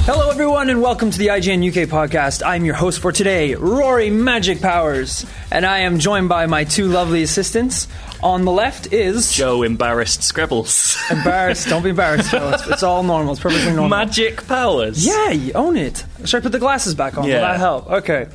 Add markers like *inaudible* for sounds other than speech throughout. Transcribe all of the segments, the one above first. Hello, everyone, and welcome to the IGN UK podcast. I'm your host for today, Rory Magic Powers, and I am joined by my two lovely assistants. On the left is Joe embarrassed scribbles. embarrassed. Don't be embarrassed, Joe. It's, it's all normal. It's perfectly normal. *laughs* Magic powers. yeah, you own it. Should I put the glasses back on? Will Yeah. that help? Okay.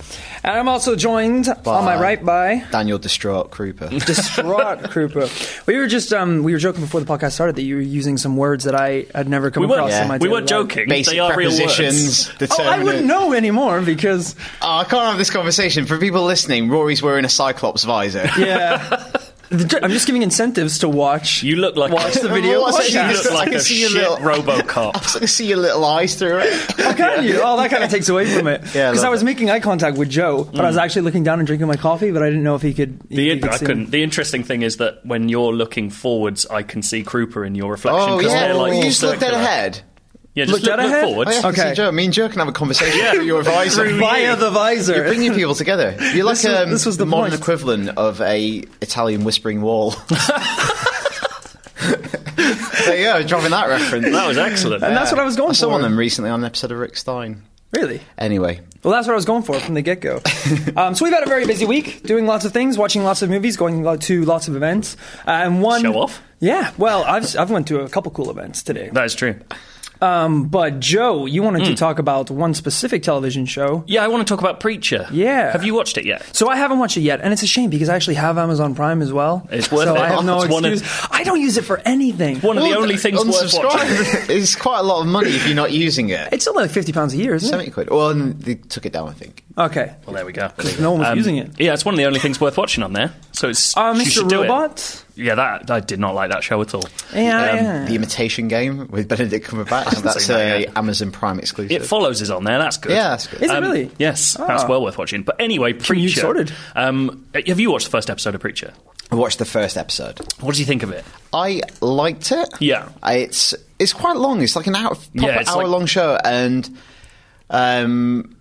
And I'm also joined on my right by Daniel Distraught *laughs* Krupa. distraught Krupa. We were just um, we were joking before the podcast started that you were using some words that I had never come We weren't, across. in Yeah. my we daily weren't life. joking. Basic they are real prepositions. words. Oh, I determinant- wouldn't know anymore because Oh, I can't have this conversation. For people listening, Rory's wearing a Cyclops *laughs* visor. *laughs* yeah. I'm just giving incentives to watch. You look like watch a- the video. Watch podcast. You I look can like a see your shit little- I RoboCop. *laughs* was going to see your little eyes through it. *laughs* How can you? Oh, that kind of takes away from it. Yeah, I because I love Mm. was it. making eye contact with Joe, but I was actually looking down and drinking my coffee, but I didn't know if he could. The, he in- could I see me. couldn't. the interesting thing is that when you're looking forwards, I can see Krupa in your reflection Oh, because yeah. they're like you all just looked at circular. ahead. Yeah, just Looked look, at look ahead? forwards. Oh, yeah, I can see Okay. Joe. Me and Joe can have a conversation Yeah. through your visor. Through *laughs* you. Via the You're visor. bringing people together. You're like This was- um, this was the the modern point. equivalent of a Italian *laughs* whispering wall. there you go, dropping that reference. That was excellent. And that's what I was going I saw for. one of them recently on an episode of Rick Stein. Really? Anyway, Well, that's what I was going for from the get *laughs* go. um, so we've had a very busy week, doing lots of things, watching lots of movies, going lo- to lots of events, uh, and one Show off. Yeah, well, I've I've went to a couple cool events today. That is true. But Joe, you wanted Mm. to talk about one specific television show. Yeah, I want to talk about Preacher. Yeah. Have you watched it yet? So I haven't watched it yet, and it's a shame because I actually have Amazon Prime as well. It's worth so it. I have no *laughs* It's one of- excuse. I don't use it for anything. One of the only things worth watching. *laughs* unsubscribe is quite a lot of money if you're not using it. It's only like fifty pounds a year, isn't it? Seventy quid. Well, and they took it down, I think. Okay. Well, there we go. Um, No one was using it. Yeah, it's one of the only things worth watching on there. So it's Uh, you should Mr. do it. Robot. Yeah, that I did not like that show at all. Yeah, Um, Oh, yeah. The Imitation Game with Benedict *laughs* Cumberbatch. That's seen that a yet. Amazon Prime It exclusive. follows is on there. That's good. Um, Yeah, that's good. Is it really? Yes, that's Ah. well worth watching. But anyway, you Preacher. sorted. Um, have you watched the first episode of Preacher? I watched the first episode. What do you think of it? I liked it. Yeah. I- it's it's quite long. It's like an hour, proper Yeah, it's hour like- long show, and um,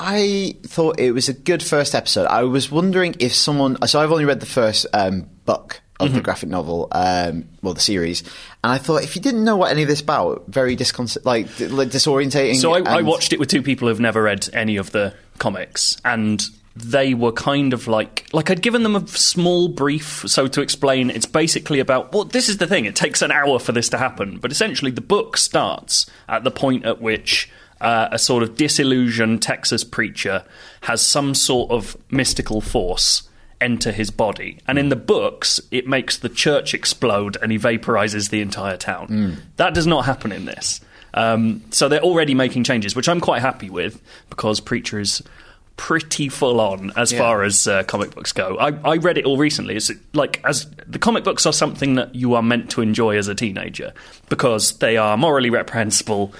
I thought it was a good first episode. I was wondering if someone. So I've only read the first um, book of Mm-hmm. the graphic novel, um, well, the series, and I thought if you didn't know what any of this about, very disconcert, like, d- like disorientating. So I, I and- watched it with two people who've never read any of the comics, and they were kind of like like I'd given them a small brief. So to explain, it's basically about well, this is the thing. It takes an hour for this to happen, but essentially the book starts at the point at which. Uh, a sort of disillusioned Texas preacher has some sort of mystical force enter his body. And in the books, it makes the church explode and he vaporizes the entire town. That does not happen in this. Um, so they're already making changes, which I'm quite happy with because Preacher is pretty full on as far as uh, comic books go. I, I read it all recently. It's like as the comic books are something that you are meant to enjoy as a teenager because they are morally reprehensible.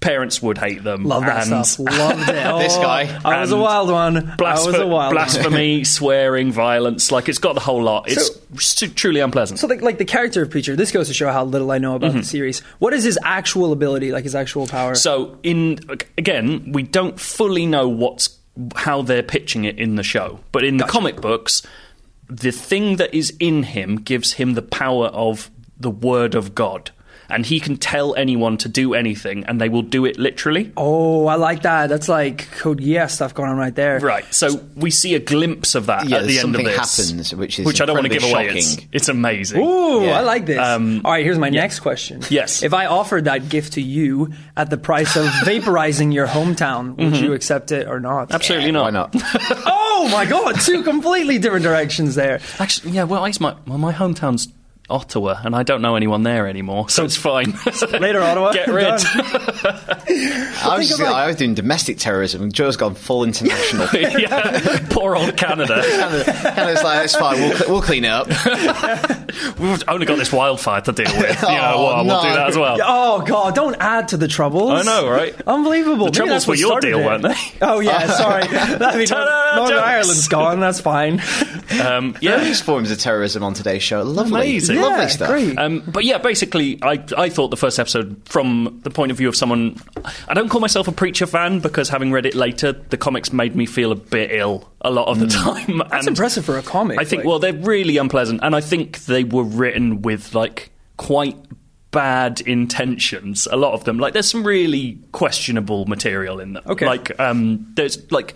Parents would hate them. Love that and- stuff. *laughs* Loved *laughs* it. Oh, *laughs* This guy. I was a and wild one. I was a blasphe- wild one. *laughs* blasphemy, swearing, violence. Like it's got the whole lot. It's s- truly unpleasant. So, like, like the character of Preacher, this goes to show how little I know about the series. What is his actual ability, like his actual power? Mm-hmm. So in again, we don't fully know what's how they're pitching it in the show, but in the comic books, the thing that is in him gives him the power of the word of God. And he can tell anyone to do anything, and they will do it literally. oh, I like that. That's like Code Yeah stuff going on right there. Right. So we see a glimpse of that Yeah, at the end of something this. happens, which is which I don't want to give incredibly away. It's, shocking. it's amazing. Ooh, I Yeah. like this. All right, here's my next question. Um, Yes. If I offered that gift to you at the price *laughs* of vaporizing your hometown, would you accept it or not? Mm-hmm. Absolutely not. *laughs* Why not? *laughs* Oh my god, two completely different directions there. Actually, yeah. Well, it's my well, my hometown's Ottawa, and I don't know anyone there anymore, so it's *laughs* fine. Later, Ottawa. Get rid. Done. I was, think of, just, like- I was doing domestic terrorism. Joe's gone *laughs* full international. yeah, poor old Canada. Canada's like, that's fine. We'll, cl- we'll clean it up. We've only got this wildfire to deal with. You know, Oh, well, we'll do no. that as well. *laughs* Oh god, don't add to the troubles. I know, right? Unbelievable. The troubles were your deal, weren't they? *laughs* Oh yeah, *laughs* sorry. I mean, Ta-da, Northern jokes. Ireland's gone. That's fine. Um, yeah. Various forms of terrorism on today's show. Lovely, Amazing. lovely yeah, stuff. great. Um, but yeah, basically, I, I thought the first episode, from the point of view of someone, I don't call myself a preacher fan because having read it later, the comics made me feel a bit ill a lot of the time. Hmm. That's impressive for a comic. I think. like- Well, they're really unpleasant, and I think they were written with like quite bad intentions. A lot of them, like there's some really questionable material in them. Okay. like um, there's like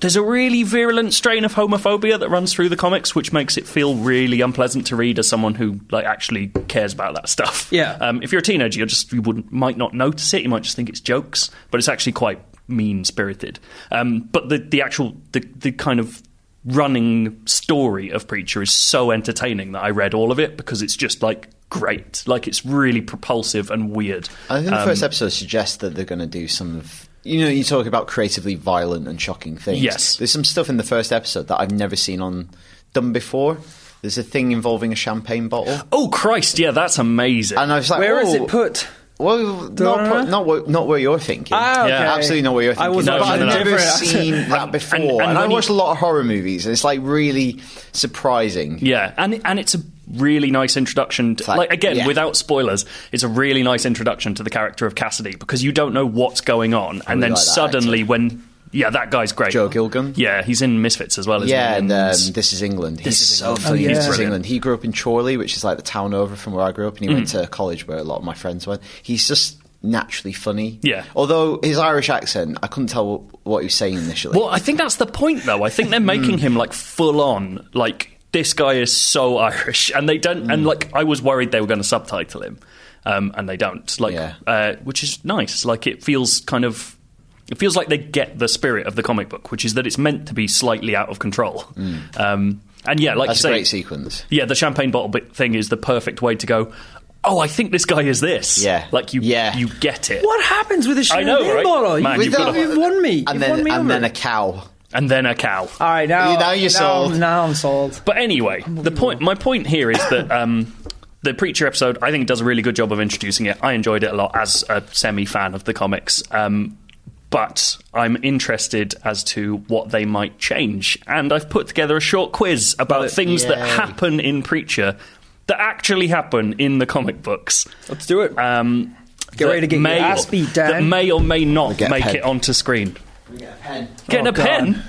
there's a really virulent strain of homophobia that runs through the comics, which makes it feel really unpleasant to read as someone who like actually cares about that stuff. Yeah. Um, if you're a teenager, you just you wouldn't might not notice it. You might just think it's jokes, but it's actually quite mean spirited. Um, but the the actual the the kind of running story of Preacher is so entertaining that I read all of it because it's just like great. Like it's really propulsive and weird. I think the first episode suggests that they're going to do some of. You know, you talk about creatively violent and shocking things. Yes. There's some stuff in the first episode that I've never seen on done before. There's a thing involving a champagne bottle. Oh Christ, yeah, that's amazing. And I was like, Where is Oh. "Whoa." it put? Well, not, know? put, not, what, not where you're thinking. Ah, Yeah. okay. Absolutely not what you're I thinking. was but watching I've a never different- seen that before. and- And, and I when watch you- a lot of horror movies, and it's like really surprising. Yeah, and and it's a really nice introduction. To, like- like again, yeah. without spoilers, it's a really nice introduction to the character of Cassidy because you don't know what's going on, and then like that suddenly actor. when yeah, that guy's great. Joe Gilgun? Yeah, he's in Misfits as well. Isn't Yeah, he? and um, And- This Is England. He's Is so England. funny. Oh, yeah. This Is Brilliant. England. He grew up in Chorley, which is like the town over from where I grew up, and he Hmm. went to college where a lot of my friends went. He's just naturally funny. Yeah. Although his Irish accent, I couldn't tell what he was saying initially. Well, I think that's the point, though. I think Hmm. they're making him like full on. Like this guy is so *laughs* Irish, and they don't. Hmm. And like I was worried they were going to subtitle him, um, and they don't. Like, Yeah. uh, which is nice. Like it feels kind of. It feels like they get the spirit of the comic book, which is that it's meant to be slightly out of control. Um, and yeah, like Hmm. That's you a say, great sequence. yeah, the champagne bottle bit thing is the perfect way to go. Oh, I think this guy is this. Yeah. like you, Yeah. you get it. What happens with a I champagne know, right? bottle? Man, you've, you've got got- a- you've won me. And you've won then, me and over. then a cow. And then a cow. All right, now, Now you're sold. Now I'm sold. But anyway, the point. My point here is that um, the preacher episode, I think, does a really good job of introducing it. I enjoyed it a lot as a semi fan of the comics. Um, but I'm interested as to what they might change, and I've put together a short quiz about things that Yay. happen in Preacher that actually happen in the comic books. Let's do it. Um, Get that ready to get your may, ass beat, Dan. That may or may not Get a make pen. it onto screen. Getting Oh, a pen.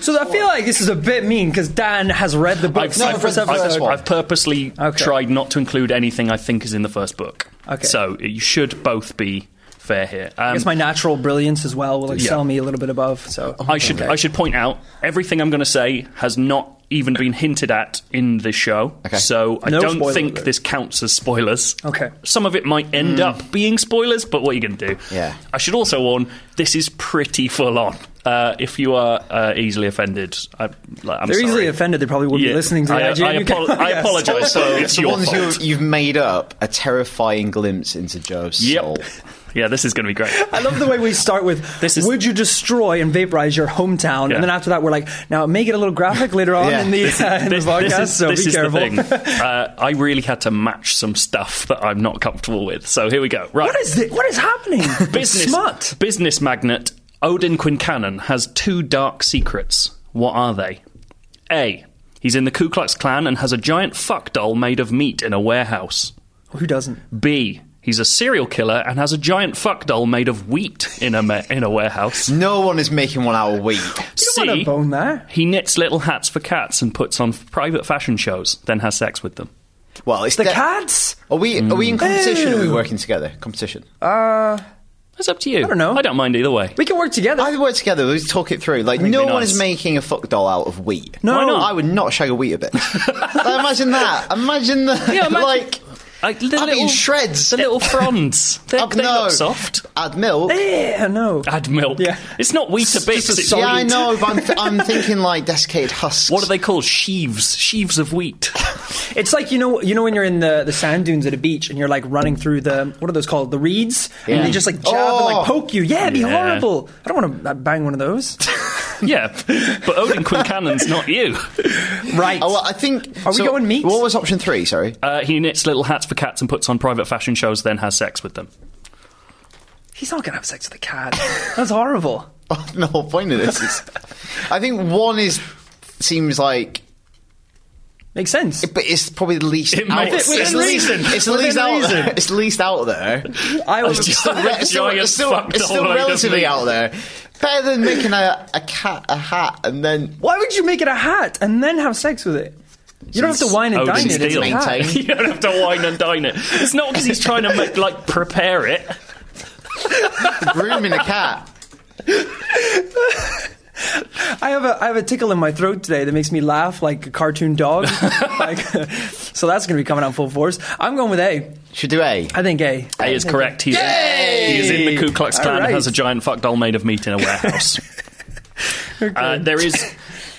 so I feel like this is a bit mean because Dan has read the book. I've, for the I've first read the episode. first one. I've purposely Okay. tried not to include anything I think is in the first book. Okay. So you should both be fair here. Um, I guess my natural brilliance as well will excel Yeah. me a little bit above. So I should I should point out everything I'm going to say has not even been hinted at in this show. Okay. So I No don't spoiler think alert. this counts as spoilers. Okay. Hmm. Some of it might end up being spoilers, but what are you going to do? Yeah. I should also warn this is pretty full on. Uh, if you are uh, easily offended, I, like, I'm they're easily sorry. offended. They probably wouldn't Yeah, be listening to the I, uh, IGN. I, UK *laughs* apo- I podcast. apologize. So it's the your ones fault. you, you've made up a terrifying glimpse into Joe's soul. *laughs* Yeah, this is going to be great. I love the way we start with *laughs* This is- would you destroy and vaporize your hometown? Yeah. And then after that, we're like, now it may get a little graphic later on Yeah. in the, uh, *laughs* in This- the podcast, this is, so this be is careful. the thing. Uh, I really had to match some stuff that I'm not comfortable with. So here we go. Right. What is this? What is *laughs* happening? business Smut. business magnate Odin Quincannon has two dark secrets. What are they? A. He's in the Ku Klux Klan and has a giant fuck doll made of meat in a warehouse. Who doesn't? B. He's a serial killer and has a giant fuck doll made of wheat in a ma- in a warehouse. No one is making one out of wheat. don't wanna C. bone that. He knits little hats for cats and puts on private fashion shows, then has sex with them. Well, it's The de- cats? Are we are Mm. we in competition? Or are we Ew. working together? Competition. That's up to you. I don't know. I don't mind either way. We can work together. Either work together. Let's talk it through. Like no be one nice. is making a fuck doll out of wheat. No. Why not? I would not shag a wheat *laughs* a bit. Like, imagine that. Imagine that. Yeah, imagine- like Like, the I'd be in shreds. The *laughs* little fronds. They, Up they no. look soft. Add milk. yeah, no. Add milk. Yeah. It's not wheat a bits. just a it's solid- yeah, I wheat. know. But *laughs* I'm, th- I'm thinking like desiccated husks. What are they called? Sheaves. Sheaves *laughs* of wheat. It's like you know, you know when you're in the, the sand dunes at a beach and you're like running through the what are those called? The reeds, Yeah. and they just like jab and Oh. like poke you. Yeah, it'd be Yeah. horrible. I don't want to bang one of those. yeah. But Odin Quincannon's not you. *laughs* right. Oh, well, I think. Are we so going meat? What was option three? Sorry. *laughs* Uh, he knits little hats for cats and puts on private fashion shows, then has sex with them. He's not gonna have sex with a cat. That's horrible. Oh, the whole point of this is, I think one is seems like, Makes sense. but it's probably the least. It out, makes it's sense. the least. Reason. It's the Within least out. reason. It's the least *laughs* out there. I was *laughs* Re- Giant *laughs* it's still, it's still, fuck it's still doll made of relatively meat. out there. Better than making a, a cat a hat and then Why would you make it a hat and then have sex with it? You don't have to wine and Odin dine it. It's Steel. a pie. Maintain. *laughs* you don't have to wine and dine it. It's not because he's trying to make like prepare it. grooming a cat. I have a I have a tickle in my throat today that makes me laugh like a cartoon *laughs* dog. like, *laughs* so that's going to be coming out full force. I'm going with A. Should do A. I think A. A is correct. He's in, he is in the Ku Klux Klan All right. and has a giant fuck doll made of meat in *laughs* a warehouse. uh, there is.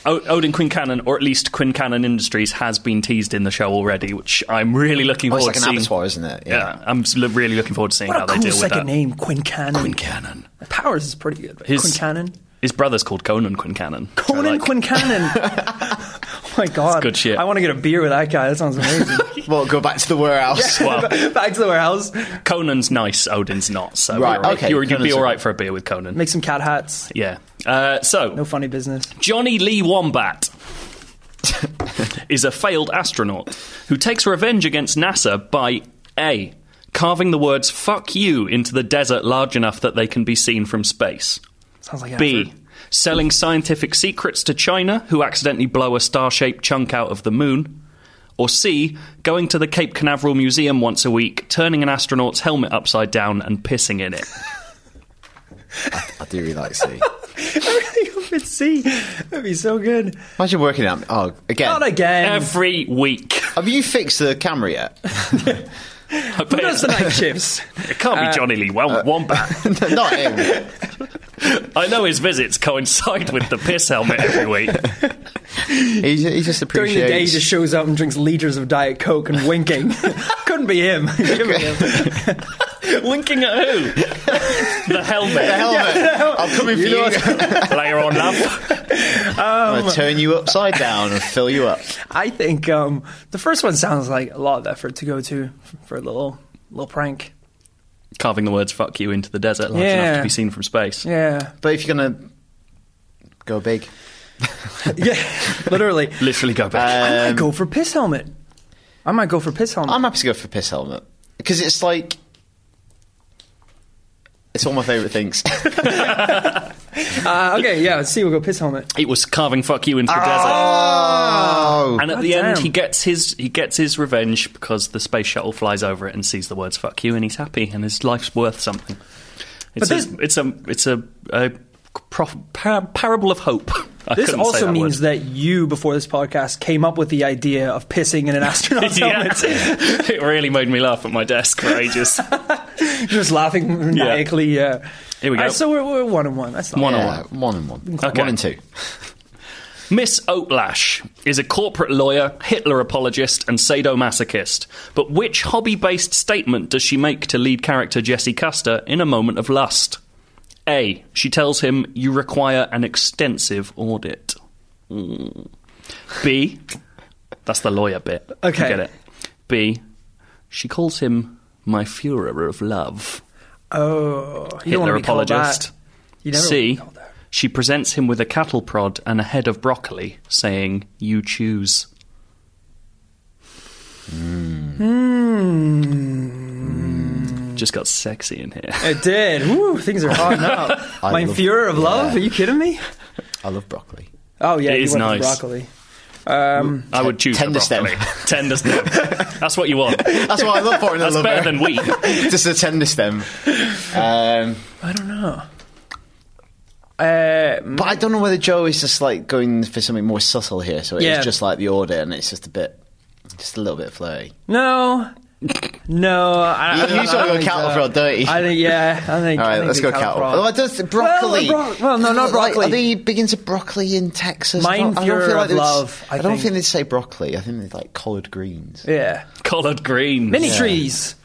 O- Odin Quincannon, or at least Quincannon Industries, has been teased in the show already, which I'm really looking Oh, it's forward like an to seeing. abattoir, isn't it? Yeah. I'm s- lo- really looking forward to seeing What how a they cool deal with second that. name, Quinn Cannon. Quincannon. Powers is pretty good. His- Quinn Cannon. His brother's called Conan Quincannon. Conan So, like, Quinn *laughs* Cannon. *laughs* oh my god, good shit. I want to get a beer with that guy. That sounds amazing. *laughs* *laughs* Well, go back to the warehouse. Well, Back to the warehouse, Conan's nice, Odin's not. So Right, you're all okay, you're, you'd Conan's be all okay. right for a beer with Conan. make some cat hats. yeah. Uh, so No funny business. Johnny Lee Wombat is a failed astronaut who takes revenge against NASA by A. Carving the words fuck you into the desert large enough that they can be seen from space. Sounds like B. effort. *laughs* Selling scientific secrets to China, who accidentally blow a star shaped chunk out of the moon. Or C. Going to the Cape Canaveral Museum once a week, turning an astronaut's helmet upside down and pissing in it. *laughs* I do really like C. I hope it's C. That'd be so good. Imagine working out. Oh, again. Not again. Every week. Have you fixed the camera yet? *laughs* I bet That's the night shifts. it can't be Johnny Lee Wom- Wombat. Not him. I know his visits coincide with the piss helmet every *laughs* week. He, he just During appreciates. the day, he just shows up and drinks liters of Diet Coke and winking. *laughs* Couldn't be him. *laughs* Couldn't be him. Winking at who? the helmet. the helmet. I'm coming for you. *laughs* Later on, love. I'm gonna turn you upside down and fill you up. *laughs* I think um, the first one sounds like a lot of effort to go to for a little little prank. Carving the words fuck you into the desert large enough Yeah. to be seen from space. Yeah, *laughs* But if you're gonna go big, yeah, literally. Literally go back. I might go for piss helmet. I might go for piss helmet. I'm happy to go for piss helmet because it's like it's all my favourite *laughs* things. Uh, okay, yeah, let's see. We'll go piss helmet. It was carving fuck you into the Oh, Oh, desert. And at the end Goddamn. he gets his he gets his revenge because the space shuttle flies over it and sees the words fuck you and he's happy and his life's worth something. It's But a, it's a it's a, a prof, par, parable of hope. *laughs* I This couldn't say also that means word. that you, before this podcast, came up with the idea of pissing *laughs* in an astronaut's *laughs* *laughs* Yeah. helmet. it really made me laugh at my desk for ages. Just laughing maniacally. Yeah. Here we go. Alright, so we're, we're one on one. That's not One on Yeah, one and one, Okay. one and two. Miss Oatlash is a corporate lawyer, Hitler apologist, and sadomasochist. But which hobby based statement does she make to lead character Jesse Custer in a moment of lust? A. She tells him, You require an extensive audit. Mm. B. That's the lawyer bit. You Okay. get it. B. She calls him my Fuhrer of love. Oh, you don't Hitler want to be called apologist. that. You never wanna be C. called that. She presents him with a cattle prod and a head of broccoli, saying, You choose. Hmm. Just got sexy *laughs* in here. It did. Woo, things are hot now. *laughs* I My love- Fuhrer of love? yeah. Are you kidding me? I love broccoli. Oh yeah, It you is went with nice. broccoli. Um, I would choose Tender the broccoli. Tender *laughs* stem. That's what you want. That's what I love for in a That's lover. better than wheat. Just a tender stem. Um, I don't know. Uh, but I don't know whether Joe is just like going for something more subtle here. So it's Yeah. just like the order, and it's just a bit, just a little bit flirty. no, no. I, I, You don't sort of know. go cattle prod, don't you? I think yeah. I think. All I right, think let's the go cattle. prod. Although I don't think broccoli. Well, bro- well, no, not Like, broccoli. are they big into broccoli in Texas? I Mine don't- I don't Fuhrer feel like of they would s- love, I I, don't think. think. they'd say broccoli. I think they'd like collard greens. yeah, Collard greens. mini trees.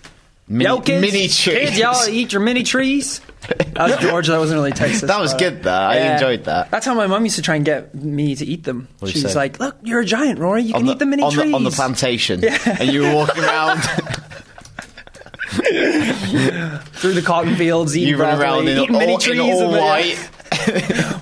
Mini, Yo, kids, mini trees. Kids, y'all eat your mini trees. That was Georgia. That wasn't really Texas. That was but- good though. I Yeah. enjoyed that. That's how my mum used to try and get me to eat them. do you She's say? like, "Look, you're a giant, Rory. You can eat the mini on trees The, on the plantation, and you were walking around. *laughs* through the cotton fields, eating you run around broccoli, in eating all, mini in trees all and the- white.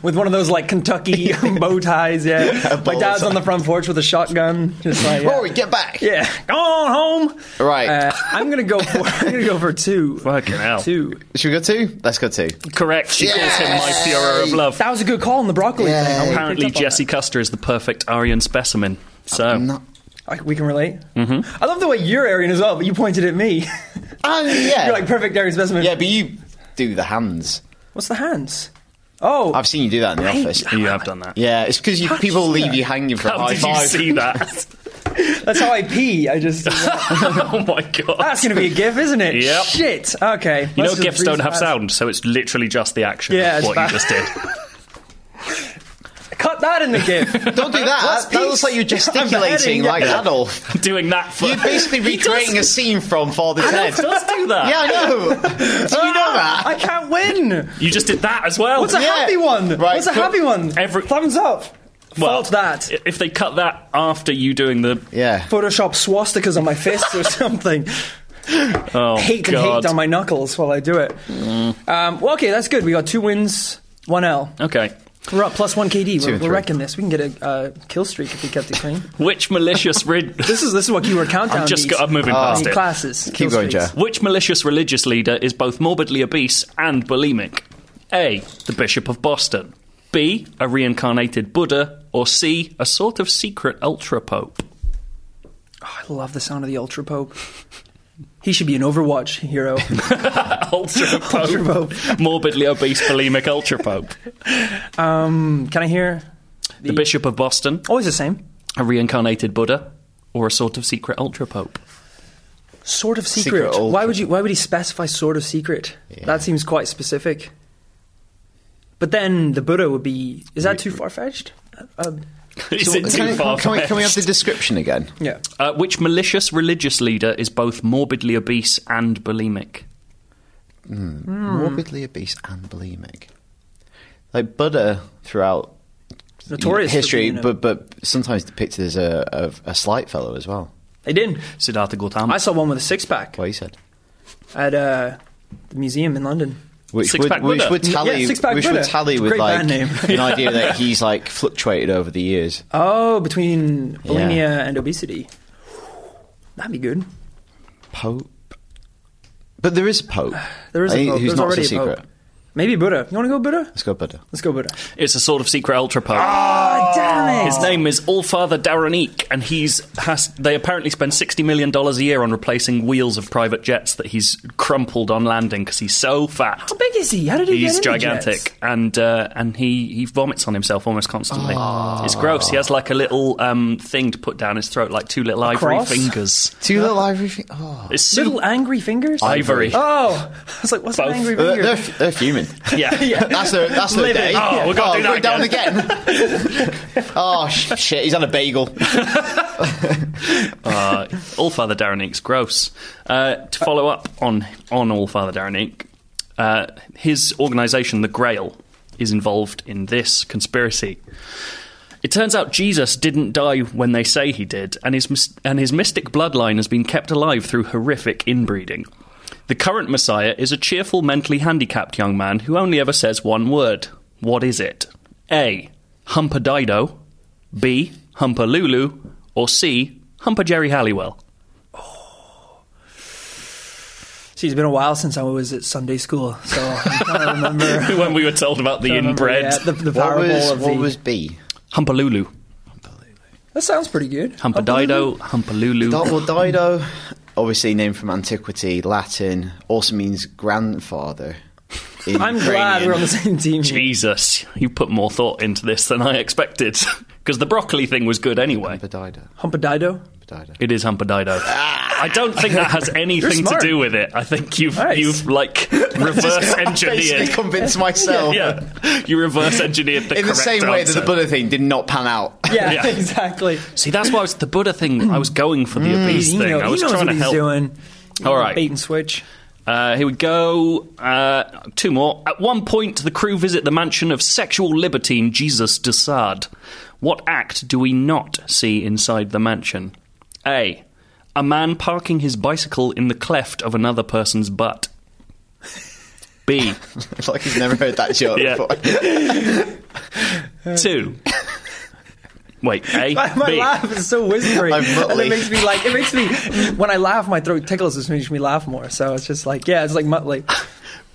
with one of those like *laughs* Kentucky bow ties. Yeah, my bow dad's tie. on the front porch with a shotgun, just like yeah. Rory, get back! Yeah, go on home. Right. Uh, I'm gonna go for *laughs* I'm gonna go for two. Fucking hell. Two. Should we go two? Let's go two. Correct. She calls him my Yes! Fuhrer of love. That was a good call on the broccoli Yeah. thing. I would've Apparently, picked up on Jesse Custer is the perfect Aryan specimen. So, Not Like we can relate. Mm-hmm. I love the way you're Aryan as well, but you pointed at me. *laughs* Oh, yeah. you're like perfect Aryan specimen. yeah, but you do the hands. What's the hands? Oh, I've seen you do that in the office. You have done that. Yeah, it's because How did you people see leave that? you hanging for a How high did you five. see *laughs* that? *laughs* that's how I pee. I just oh my god. that's gonna be a gif, isn't it? Yep. Shit. Okay. you know, gifs don't have sound, so it's literally just the action Yeah, of it's what you bad. just did. Cut that in the gif. Don't do that. that looks like you're peace. I'm heading- gesticulating like Adolf. *laughs* Doing that for *laughs* You're *laughs* basically recreating a scene from Father's Dead. It does do that. Yeah, I *laughs* know. Do you know that? I can't win. You just did that as well. What's a Yeah. happy one? Right, What's a so happy one? every- thumbs up. Well, Fault that. i- If they cut that after you doing the Yeah. Photoshop swastikas on my fists or *laughs* something. oh Hate and god. Mm. hate on my knuckles while I do it. Um, well, okay, that's good. We got two wins, one L. okay. We're up plus one KD. We're, and we're three. wrecking this. We can get a uh, kill streak if we kept it *laughs* clean. Which malicious rid this is this is what you were counting. I'm just got, I'm moving past it. classes. Ah. Keep going, Joe. *laughs* Which malicious religious leader is both morbidly obese and bulimic? A. The Bishop of Boston. B. A reincarnated Buddha. Or C. A sort of secret ultra pope. Oh, I love the sound of the Ultra Pope. He should be an Overwatch *laughs* hero. Ultra *laughs* pope. Ultra Pope. *laughs* Morbidly obese bulimic ultra pope. Um, can I hear? The Bishop of Boston. Always the same. A reincarnated Buddha. Or a sort of secret ultra *laughs* pope. Sort of secret. Secret ultra. why would you? Why would he specify sort of secret? That seems quite specific. But then the Buddha would be. Is that too far fetched? Uh, Is it Can, too I- far can we, can we have fetched? the description again? yeah. Uh, which malicious religious leader is both morbidly obese and bulimic? Mm. Morbidly obese and bulimic. Like Buddha throughout Notorious for history, being a- but but sometimes depicted as a, a, a slight fellow as well. They didn't. Siddhartha Gautama. I saw one with a six pack What he said. at uh, the museum in London. Which Six-pack would, which Buddha. would tally, Yeah, six-pack which Buddha. would tally It's a with great like band name. *laughs* an *laughs* idea that he's like fluctuated over the years. Oh, between bulimia Yeah. and obesity. That'd be good. Pope, but there is a pope. *sighs* There is I a think pope. Who's There's not already so a secret. pope. Maybe Buddha. You want to go Buddha? Let's *laughs* go Buddha. Let's go Buddha. It's a sort of secret ultra pope. Oh, damn it! His name is Allfather Darren Eek, and he's has. They apparently spend sixty million dollars a year on replacing wheels of private jets that he's crumpled on landing because he's so fat. How big is he? How did he He's get into jets? gigantic, and uh, and he, he vomits on himself almost constantly. It's gross. He has like a little um, thing to put down his throat, like two little ivory cross? fingers. Two little ivory. Fi- oh, *laughs* It's su- Little angry fingers. ivory. Oh, I was like, what's Both. an angry they're, finger? *laughs* they're, they're fuming. yeah. yeah. That's their that's their Living. day. Oh, we've gotta do that down again. *laughs* oh sh- shit! He's on a bagel. uh, All Father Darren Ink's gross. Uh, to follow up on on All Father Darren Ink, uh, his organisation, the Grail, is involved in this conspiracy. It turns out Jesus didn't die when they say he did, and his mys- and his mystic bloodline has been kept alive through horrific inbreeding. The current Messiah is a cheerful, mentally handicapped young man who only ever says one word. What is it? A. Humper Dido. B. Humper Lulu. Or C. Humper Jerry Halliwell. See, it's been a while since I was at Sunday school, so I can't *laughs* remember. *laughs* when we were told about the can't remember, inbred yeah, the, the What parable was of what the. was B? Humper Lulu. that sounds pretty good. Humper Dido. Humper Di- Lulu. well, Dido, obviously named from antiquity, Latin, also means grandfather. in I'm glad Ukrainian. we're on the same team. here. Jesus, you put more thought into this than I expected. *laughs* Because the broccoli thing was good anyway. But Dido, Hump a dido. but Dido. It is Humper Dido. Ah. I don't think that *laughs* has anything to smart. do with it. I think you've Nice. you've like reverse Basically engineered. convinced myself Yeah, you reverse engineered the in the correct same way that answer. the Buddha thing did not pan out. Yeah, *laughs* Yeah. exactly. See, that's why I was the Buddha thing. I was going for the Mm. obese He, thing. know, I was he knows trying what to he's help. doing. All right. bait and switch. *laughs* Uh, here we go. Uh, two more. At one point, the crew visit the mansion of sexual libertine Jesus Dessard. What act do we not see inside the mansion? A. A man parking his bicycle in the cleft of another person's butt. B. *laughs* It's like he's never heard that joke Yeah. before. Two. Wait, A. My, my B. laugh is so whispery, I'm and it Muttley. makes me like it makes me when I laugh, my throat tickles. This makes me laugh more. So it's just like yeah, it's like Muttley.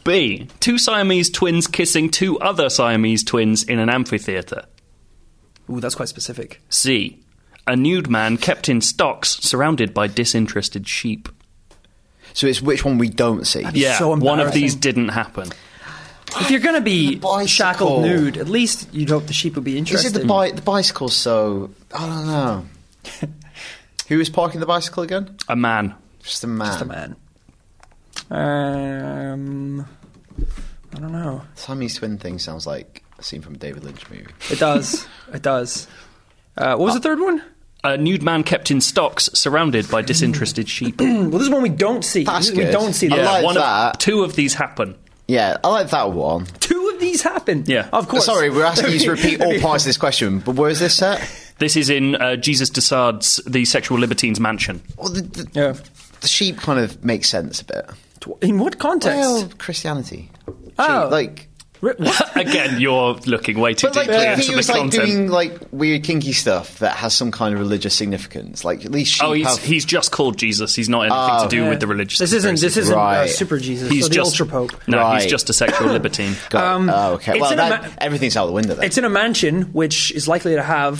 B. Two Siamese twins kissing two other Siamese twins in an amphitheatre. Ooh, that's quite specific. C. a nude man kept in stocks, surrounded by disinterested sheep. So it's which one we don't see. Yeah, so one of these embarrassing. didn't happen. If you're gonna be bicycle. shackled nude, at least you'd hope the sheep would be Is interested. it the bi- the bicycle? So I don't know. *laughs* Who was parking the bicycle again? A man. Just a man. Just a man. Um, I don't know. Siamese twin thing sounds like a scene from a David Lynch movie. It *laughs* does. it does. Uh, what was the third one? A nude man kept in stocks, surrounded by disinterested *clears throat* sheep. yeah, Hmm, Well, this is one we don't see. That's we good. don't see. I that. like one Of, that. two of these happen. Yeah, I like that one. Two of these happen. Yeah. of course. Sorry, we're *laughs* asking you to repeat all parts of this question, but where is this set? This is in uh, Jesus Dessard's The Sexual Libertine's Mansion. Well, the, the, Yeah. the sheep kind of makes sense a bit. In what context? *laughs* Well, Christianity. Sheep, Oh. like, Ri- what? *laughs* Again, you're looking way too but like deeply if into he the was like content. doing like weird kinky stuff that has some kind of religious significance. Like at least sheep oh, he's, have. he's just called Jesus. He's not anything Oh. to do Yeah. with the religious. This isn't. This conspiracy. isn't uh, Right. super Jesus. He's or the just ultra pope. No, Right. he's just a sexual libertine. *laughs* got- oh, okay. um, it's Well, in a that, ma- everything's out the window then. It's in a mansion which is likely to have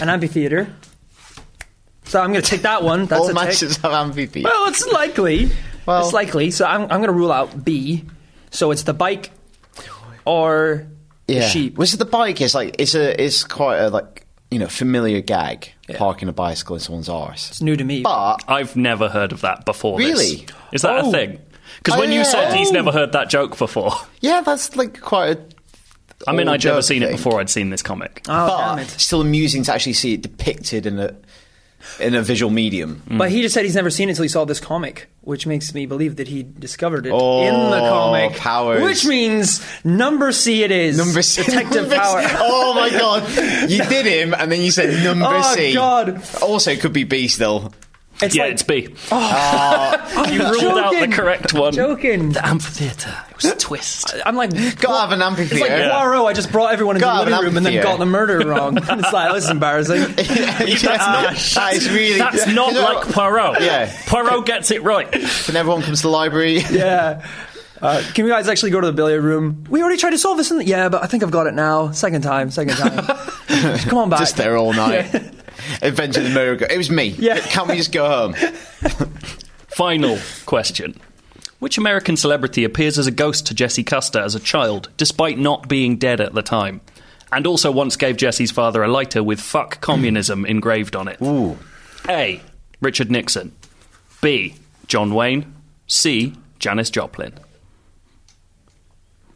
*laughs* an amphitheater. So I'm going to take that one. That's all a tick. matches have amphitheater. Well, it's likely. Well- it's likely. So I'm, I'm going to rule out B. So it's the bike or the sheep. Was it the bike? It's like it's a it's quite a like you know familiar gag Yeah. parking a bicycle in someone's arse. It's new to me. But I've never heard of that before. this. Really? Is that Oh. a thing? Because Oh, when you yeah. said he's Oh. never heard that joke before, yeah, that's like quite a. I mean, old I'd never joke, seen I it think. before. I'd seen this comic. oh, damn But it. still amusing to actually see it depicted in a in a visual medium. But he just said he's never seen it until he saw this comic, which makes me believe that he discovered it in the comic. Oh, powers. Which means number C it is. Number C. Detective *laughs* Number C. power. Oh my god! You did him, and then you said number Oh, C. God. Also, it could be B still. It's yeah, like, it's B. *laughs* you ruled out the correct one. Joking. Um, The amphitheater. It was a twist. I'm like, Gotta have an it's amphitheater. like Poirot. I just brought everyone in the God, an living room and then amphitheater. got the murder wrong. *laughs* it's like, this is embarrassing. that's not- *laughs* that is *laughs* really. That's You not know, like Poirot. Yeah. Poirot gets it right. when everyone comes to the library. Yeah. Uh, can you guys actually go to the billiard room? We already tried to solve this. In the- yeah, but I think I've got it now. Second time, second *laughs* time. Come on back. Just there all night. Adventure in the Miracle. It was me. Yeah. Can't we just go home? Final question. Which American celebrity appears as a ghost to Jesse Custer as a child, despite not being dead at the time? And also once gave Jesse's father a lighter with fuck *clears throat* communism engraved on it. Ooh. A. Richard Nixon. B. John Wayne. C. Janis Joplin.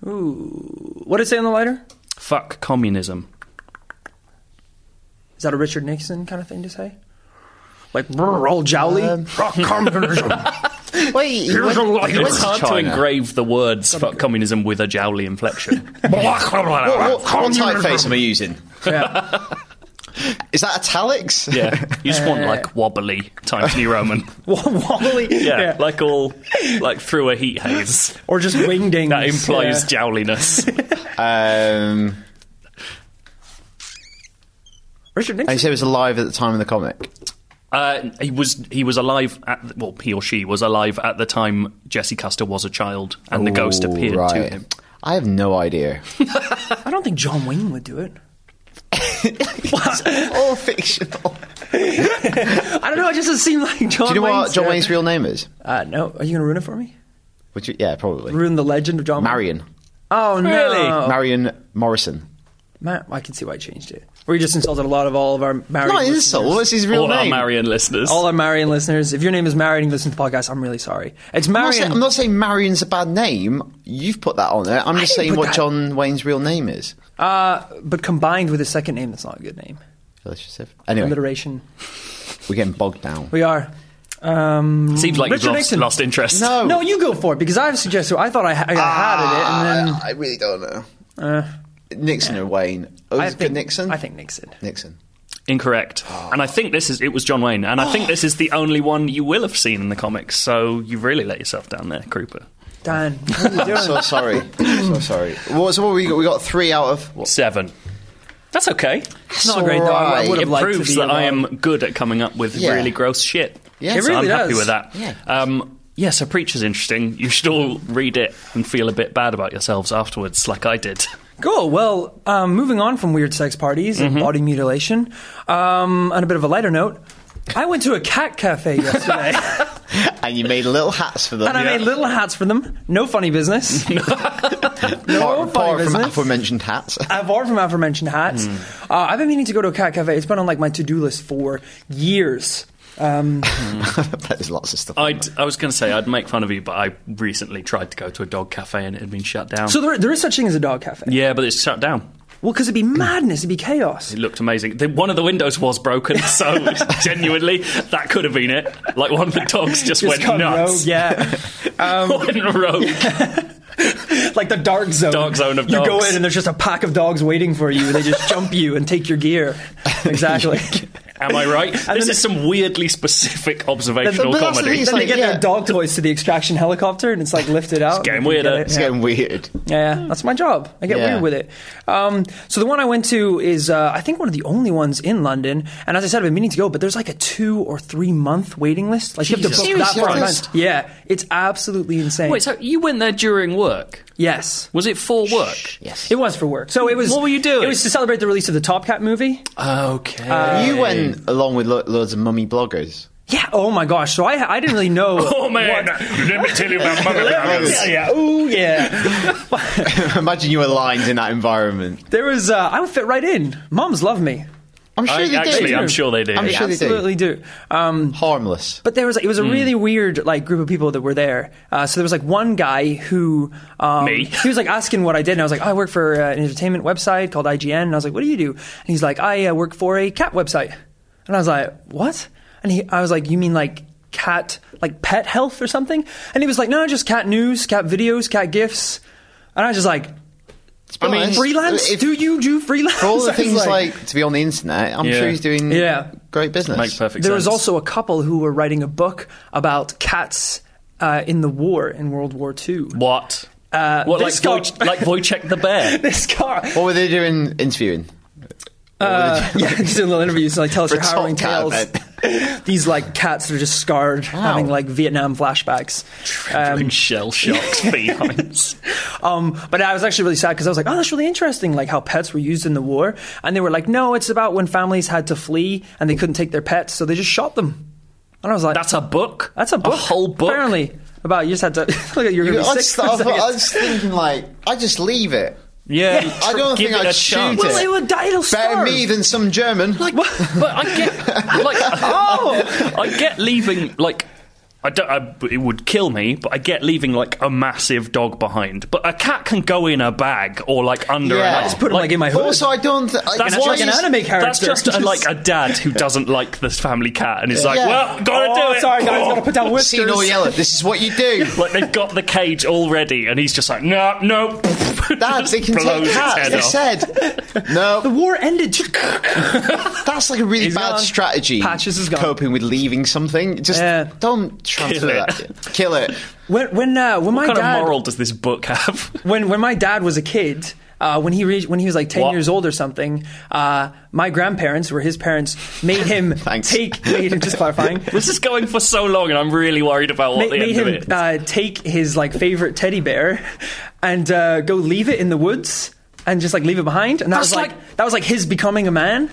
What did it say on the lighter? Fuck communism. Is that a Richard Nixon kind of thing to say? Like, brr, old jowly? Um, Rock communism. Wait, he went, he went It's to hard to China. engrave the words fuck communism with a jowly inflection. What, what, what typeface am I using? yeah. *laughs* Is that italics? *laughs* yeah, you just want *laughs* like wobbly Times New Roman. *laughs* Wobbly. Yeah, like all like through a heat haze. or just wingdings. That *laughs* implies jowliness. Um, Richard and you Nixon. said it was alive at the time of the comic. Uh, he was he was alive at well he or she was alive at the time Jesse Custer was a child and the ghost Ooh, appeared to right. him. I have *laughs* no idea. I don't think John Wayne would do it. All fictional. I don't know. It just doesn't seem like John Wayne. Do you know what John Wayne's real name is? Uh, no. Are you going to ruin it for me? Would you, yeah, probably. Ruin the legend of John Wayne? Marion. Oh, no. Really? Marion Morrison. Matt, I can see why I changed it. We just insulted a lot of all of our married Not listeners. insult. What's his real All our name? uh, Marion listeners. All our Marion listeners. If your name is Marion and you listen to the podcast, I'm really sorry. It's I'm not, saying, Marion. I'm not saying Marion's a bad name. You've put that on there. I'm just didn't saying put what that- John Wayne's real name is. Uh, but combined with his second name, that's not a good name. Delicious. Anyway, Alliteration. we're getting bogged down. We are. Um, Seems like you've Richard lost, Nixon. lost interest. No. No, you go for it because I've suggested. I thought I, ha- I Ah, had it, and then Uh, I really don't know. Nixon or Wayne? Oh, I is it think Nixon? I think Nixon. Nixon. Incorrect. And I think this is it was John Wayne, and I *gasps* think this is the only one you will have seen in the comics. So you've really let yourself down there, Krupa. Dan, *laughs* what are you doing? So sorry. so sorry. What, so what we got? We got three out of. What? Seven. That's okay. it's not great though. I Right. would It have liked to proves be that I alone. am good at coming up with Yeah. really gross shit. Yeah. It so really I'm happy Oh, does. with that. Yeah. Um, yeah, so Preacher's interesting. You should all read it and feel a bit bad about yourselves afterwards, like I did. Cool. Well, um, moving on from weird sex parties and body mutilation, um, on a bit of a lighter note, I went to a cat cafe yesterday *laughs* And you made little hats for them. and I made little hats for them. No funny business. no Apart- funny apart from business. aforementioned hats. *laughs* apart from aforementioned hats, uh, I've been meaning to go to a cat cafe. It's been on like my to do list for years. Um, There's lots of stuff. on I'd, I was going to say I'd make fun of you, but I recently tried to go to a dog cafe and it had been shut down. so there, there is such thing as a dog cafe. yeah, but it's shut down. Well, because it'd be madness, it'd be chaos. It looked amazing. The, one of the windows was broken, *laughs* so genuinely, that could have been it. Like one of the dogs just, went gone nuts. rogue, yeah. *laughs* went rogue. *laughs* like the dark zone. Dark zone of you You go dogs. in and there's just a pack of dogs waiting for you. They just jump you and take your *laughs* gear. Exactly. Am I right? this then- is some weirdly specific observational But that's the comedy. thing, it's then they like, get yeah. their dog toys to the extraction helicopter and it's like lifted out. It's getting weirder. It's getting weird. Yeah, that's my job. I get Yeah. weird with it. Um, so the one I went to is, uh, I think, one of the only ones in London. And as I said, I've been meaning to go, but there's like a two or three month waiting list. Like you have to Jesus book that far in Christ. advance. Yeah, it's absolutely insane. Wait, so you went there during work? yes, Was it for work? Yes. it was for work. So it was. What were you doing? It was to celebrate the release of the Top Cat movie. Okay. you went along with lo- loads of mummy bloggers. *laughs* Yeah. Oh my gosh. So I I didn't really know. *laughs* oh man, what- let me tell you about mummy *laughs* Yeah, bloggers. yeah. Oh yeah. Imagine you were lined in that environment. there was. Uh, I would fit right in. Moms love me. I'm sure I- they actually, do. I'm sure they do. I'm They sure they Absolutely do. Um, do. Harmless. But there was it was Hmm. a really weird like group of people that were there. Uh, so there was like one guy who um, Me. he was like asking what I did, and I was like, oh, I work for uh, an entertainment website called IGN, and I was like, what do you do? And he's like, I uh, work for a cat website, and I was like, what? And he, I was like, you mean like cat like pet health or something? And he was like, no, just cat news, cat videos, cat gifs, and I was just like. be I mean, honest, freelance? if- do you do freelance? For all *laughs* the I was things like, to be on the internet, I'm Yeah. sure he's doing Yeah. great business. Makes perfect There sense. was also a couple who were writing a book about cats uh, in the war in World War II. what? Uh, what like this guy- Woj- like Wojciech the *laughs* *laughs* bear? This car. What were they doing interviewing? What were they doing? Yeah, *laughs* just doing little interviews like tell us For your harrowing top tales. *laughs* cat These like cats that are just scarred, having like Vietnam flashbacks. Trembling *laughs* shell shocked felines. Um, but I was actually really sad because I was like, oh, that's really interesting, like how pets were used in the war. And they were like, no, it's about when families had to flee and they couldn't take their pets, so they just shot them. And I was like, That's a book. that's a book, A whole book. apparently. About you just had to *laughs* look at you're I gonna be was, sick for a I *laughs* was- I second. was thinking, like, I just leave it. Yeah. I don't give think it I'd a chance. shoot Well, it would die. It'll Better starve. me than some German. Like, but I get like oh, I get leaving like I don't. I, it would kill me, but I get leaving like a massive dog behind. But a cat can go in a bag or like under. Yeah. An, I just Put him like, in my hood. also, I don't. Th- like, That's why like an is- *laughs* anime character. That's just a, like a dad who doesn't like this family cat and is like, Yeah. well, gotta oh, do it. sorry guys, gotta *laughs* put down Seen whiskers. all yellow. This is what you *laughs* do. Like they've got the cage already, and he's just like, no, no. Dad, *laughs* they can blows take its cats. head They off. *laughs* said no. War ended. That's like a really He's bad gone. strategy. Patches is gone. Coping with leaving something. Just Yeah. don't transfer Kill it. that. Kill it. *laughs* When when uh, when my What kind dad of moral does this book have? when when my dad was a kid. Uh, when he re- when he was like ten What? years old or something, uh, my grandparents were his parents. Made *laughs* him Thanks. take made him just clarifying. *laughs* This is going for so long, and I'm *laughs* really worried about what made, the made end of him it. uh, take his like favorite teddy bear and uh, go leave it in the woods and just like leave it behind. And that That's was like, like- that was like his becoming a man.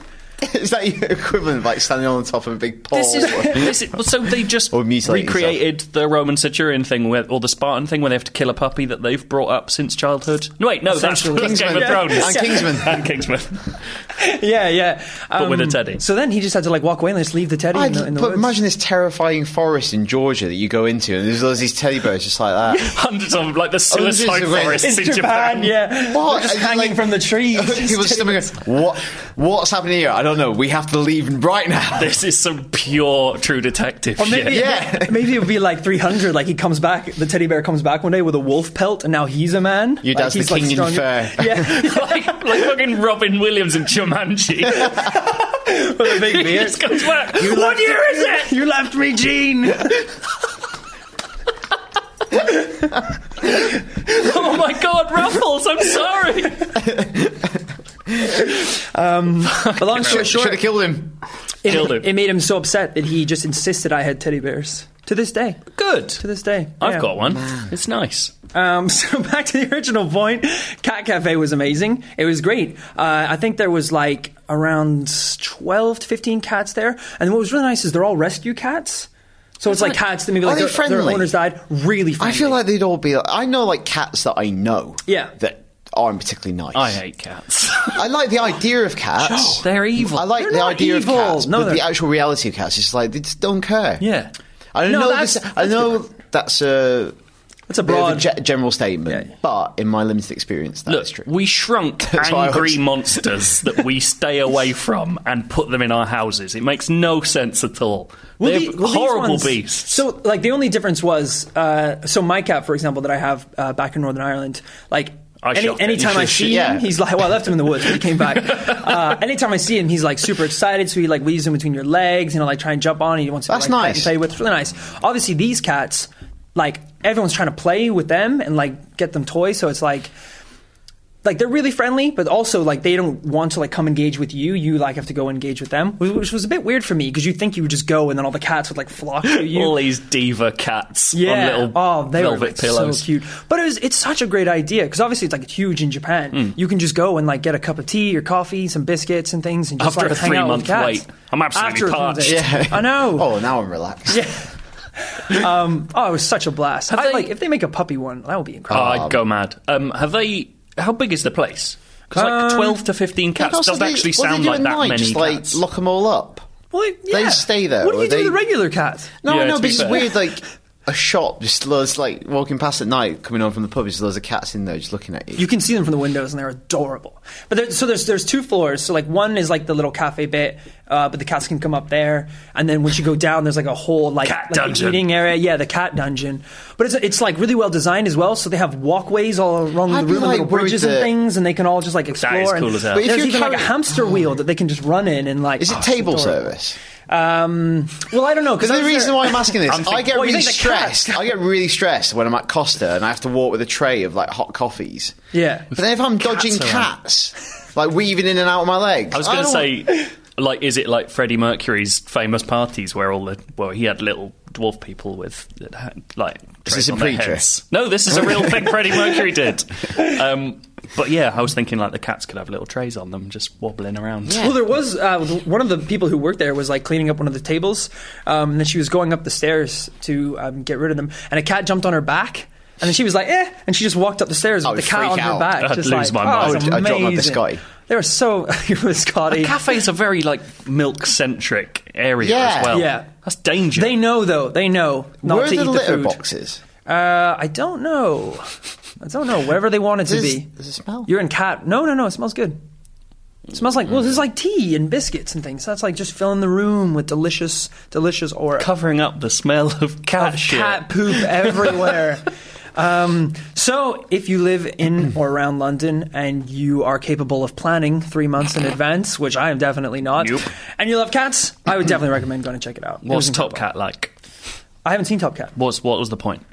Is that your equivalent of like standing on top of a big pole? *laughs* This is, *laughs* *laughs* this is- so they just Or mutilate recreated the Roman centurion thing where, or the Spartan thing where they have to kill a puppy that they've brought up since childhood. No, wait, no, that's, Essentially. that's *laughs* Game of Kingsman. Thrones. And Kingsman. *laughs* And Kingsman. Yeah, yeah. Um, with a teddy. So then he just had to like walk away and just leave the teddy in I'd- the, in the but woods. imagine this terrifying forest in Georgia that you go into, and there's all these teddy bears just like that. Hundreds of them, like the Oh, Hundreds suicide of ways. forests in Japan, yeah, What? They're just And, hanging like- from the *laughs* trees. People just going, what? What's happening here? I don't know. We have to leave right now. This is some pure true detective Or maybe, shit. Yeah. maybe it would be like 300. Like he comes back, the teddy bear comes back one day with a wolf pelt, and now he's a man. like, Your dad's the he's, king in stronger. fur. *laughs* Yeah, like, like fucking Robin Williams in *laughs* Jumanji. with a *laughs* big he beard. just comes back. *laughs* What left- year is *laughs* it? You left me, Gene. *laughs* Oh my god, Ruffles, I'm sorry. but long story Should short, have killed him. it, killed him. it made him so upset that he just insisted I had teddy bears to this day. Good. To this day, I've Yeah. got one. It's nice. Um, *laughs* so back to the original point, Cat Cafe was amazing. It was great. Uh, I think there was like around twelve to fifteen cats there, and what was really nice is they're all rescue cats. So it's like cats that maybe like Are they their, their friendly? owners died. Really, friendly. I feel like they'd all be. I know like cats that I know. Yeah. That aren't particularly nice. I hate cats. *laughs* I like the idea of cats. They're evil. I like They're the not idea evil. of cats, No, but the they're- actual reality of cats is like they just don't care. yeah. I don't No, know. that's- This, I that's know that's a that's a bit of a broad. ge- general statement, Yeah. but in my limited experience, that's Look, true. we shrunk That's what I angry *laughs* was- monsters that we stay away from and put them in our houses. It makes no sense at all. They're the- these horrible ones- beasts. So, like, the only difference was, uh, so my cat, for example, that I have uh, back in Northern Ireland, like, I any, shot him. anytime *laughs* I You should- see yeah. him, he's like, well, I left him in the woods, but he came back. uh, anytime I see him, he's like super excited, so he like leaves him between your legs, you know, like try and jump on, and he wants to That's like, pet and nice. play with. It's really nice. Obviously, these cats, like, everyone's trying to play with them and like get them toys, so it's like, like they're really friendly, but also like they don't want to like come engage with you. You like have to go engage with them, wh- which was a bit weird for me because you think you would just go and then all the cats would like flock to you. all these diva cats on yeah. little oh, they velvet were like, pillows. so cute. But it was it's such a great idea because obviously it's like huge in Japan. Hmm. You can just go and like get a cup of tea or coffee, some biscuits and things, and just After like, a hang out with three-month cats. wait. I'm absolutely After a three-month parched. wait. I *laughs* know. Oh, now I'm relaxed. Oh, it was such a blast. I, they- like if they make a puppy one, that would be Oh, incredible. I'd go mad. Um, have they? How big is the place? 'Cause, like Um, twelve to fifteen And cats also doesn't they- actually what do they sound do like at that night? many Just cats. like lock them all up. well, They yeah. stay there, What do or you do they- with the regular cats? No, Yeah, no, to but be it's fair. weird. Like a shop, just loads like walking past at night, coming home from the pub. Just loads of cats in there, just looking at you. you can see them from the windows and they're adorable. But there, so there's there's two floors. So like one is like the little cafe bit, uh, but the cats can come up there. And then once you go down, there's like a whole like, Cat like dungeon. eating area. Yeah, the cat dungeon. But it's it's like really well designed as well. So they have walkways all along I'd the be, room, and like, little bridges worried and that- things, and they can all just like explore. is cool and as hell. But if There's you're even like a carrying- hamster wheel that they can just run in and like. Is it Oh, it's table adorable. service? Um, well, I don't know because The reason why I'm asking this, I'm thinking- I get Well, you really think the cat- stressed. I get really stressed when I'm at Costa and I have to walk with a tray of like hot coffees. Yeah. But then if I'm dodging around. cats, like weaving in and out of my legs, I was going to don't- say, *laughs* like, is it like Freddie Mercury's famous parties where all the well, he had little dwarf people with that had, like Is trays this a on their preacher? heads. No, this is a real thing *laughs* Freddie Mercury did. Um, but yeah, I was thinking like the cats could have little trays on them, just wobbling around. Well, there was uh, one of the people who worked there was like cleaning up one of the tables, um, and then she was going up the stairs to um, get rid of them, and a cat jumped on her back. And then she was like, "eh," and she just walked up the stairs I with the would cat Oh, freak on her out. back. I'd just like, lose my "Oh, mind. it's I would- I'd drop my amazing." biscotti. They were so *laughs* you were Scotty. *gasps* Cafes are very like milk centric area Yeah. as well. Yeah. that's danger. They know though. They know not where are to the eat litter the food. boxes? Uh, I don't know. I don't know. Whatever they want it to Does, be. does it smell? You're in cat. No, no, no. It smells good. It smells like well, there's like tea and biscuits and things. So that's like just filling the room with delicious, delicious aura. covering up the smell of cat of shit. cat poop *laughs* everywhere. um, so, if you live in or around London and you are capable of planning three months in advance, which I am definitely not, Nope. and you love cats, I would definitely recommend going and check it out. It What's was Top incredible. Cat like? I haven't seen Top Cat. What's what was the point?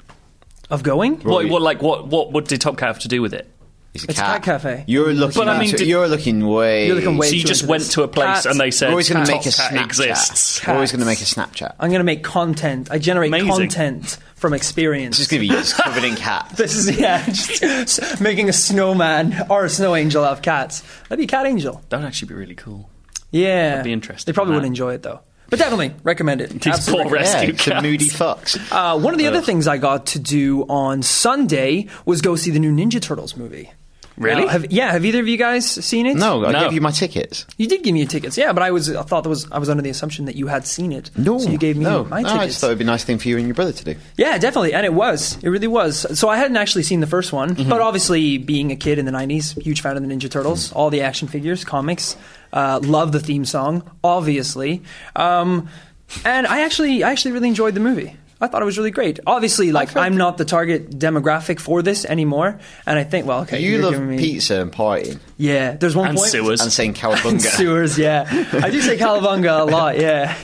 Of going? What, what like what what what did Top Cat have to do with it? It's a It's cat. Cat Cafe. You're looking. But I mean, into- did- you're looking way. You're looking way so you too just into went this. to a place Cats. and they said We're always going to Top make a Cat Snapchat. exists. We're always Cats. going to make a Snapchat. I'm going to make content. I generate Amazing. content from experience. It's just going to be just covered in cats. *laughs* this is, yeah, *laughs* just s- making a snowman or a snow angel out of cats. That'd be Cat Angel. That would actually be really cool. Yeah. be interesting, They probably that. would enjoy it, though. But definitely recommend it. These Absolutely poor recommend it. Yeah, rescue some cats. moody fucks. Uh, one of the other things I got to do on Sunday was go see the new Ninja Turtles movie. Really? Now, have, yeah. Have either of you guys seen it? no, I No. gave you my tickets. You did give me your tickets. Yeah, but I was I thought that was I was under the assumption that you had seen it. No, So you gave me no, my no, tickets. I just thought it'd be a nice thing for you and your brother to do. Yeah, definitely. And it was. It really was. So I hadn't actually seen the first one, Mm-hmm. but obviously, being a kid in the 90s, huge fan of the Ninja Turtles, Mm-hmm. all the action figures, comics, uh, love the theme song, obviously. Um, and I actually, I actually really enjoyed the movie. I thought it was really great. Obviously, like I'm not the target demographic for this anymore, and I think, well, okay, You you're love giving me, pizza and partying Yeah, there's one and point. *laughs* sewers. and saying cowabunga. Sewers, yeah. I do say Calabunga a lot, yeah.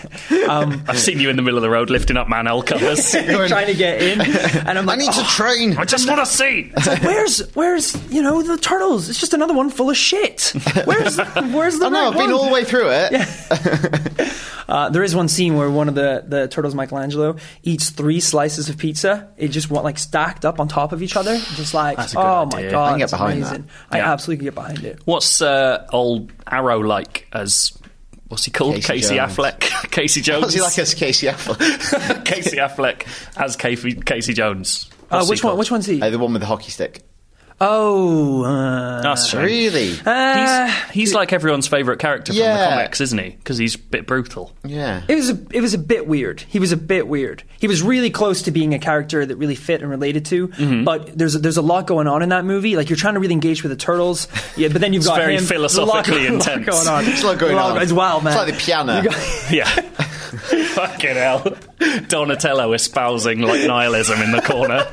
Um, I've seen you in the middle of the road lifting up manhole covers. *laughs* I trying to get *laughs* in, and I'm I like, "Oh, need to train. just want to see. where's where's you know the turtles? It's just *laughs* another one full of shit. Where's where's the I know, right I've Oh, been one? all the way through it. Uh, there is one scene where one of the, the turtles, Michelangelo, eats three slices of pizza. It just want like stacked up on top of each other. Just like, That's a good oh my idea. god, I can get it's behind that. amazing. I Yeah. absolutely get behind it. What's uh, old Arrow like as what's he called? Casey Casey, Jones. Affleck. *laughs* Casey Jones. What's he like as Casey Affleck? *laughs* *laughs* Casey Affleck as Casey, Casey Jones. Uh, What's which he one? called? Which one's he? Uh, the one with the hockey stick. Oh, uh, That's true. Really? uh, He's, he's like everyone's favourite character from Yeah. the comics, isn't he? Because he's a bit brutal. yeah. It was a, it was a bit weird. He was a bit weird. He was really close to being a character that really fit and related to. Mm-hmm. But there's a, there's a lot going on in that movie. Like you're trying to really engage with the turtles, yeah. But then you've got very him. There's philosophically a lot, intense. A lot going on. It's like going A lot- on. It's wild, man. It's like the piano. You got- *laughs* Yeah. *laughs* Fucking hell. Donatello espousing like nihilism in the corner.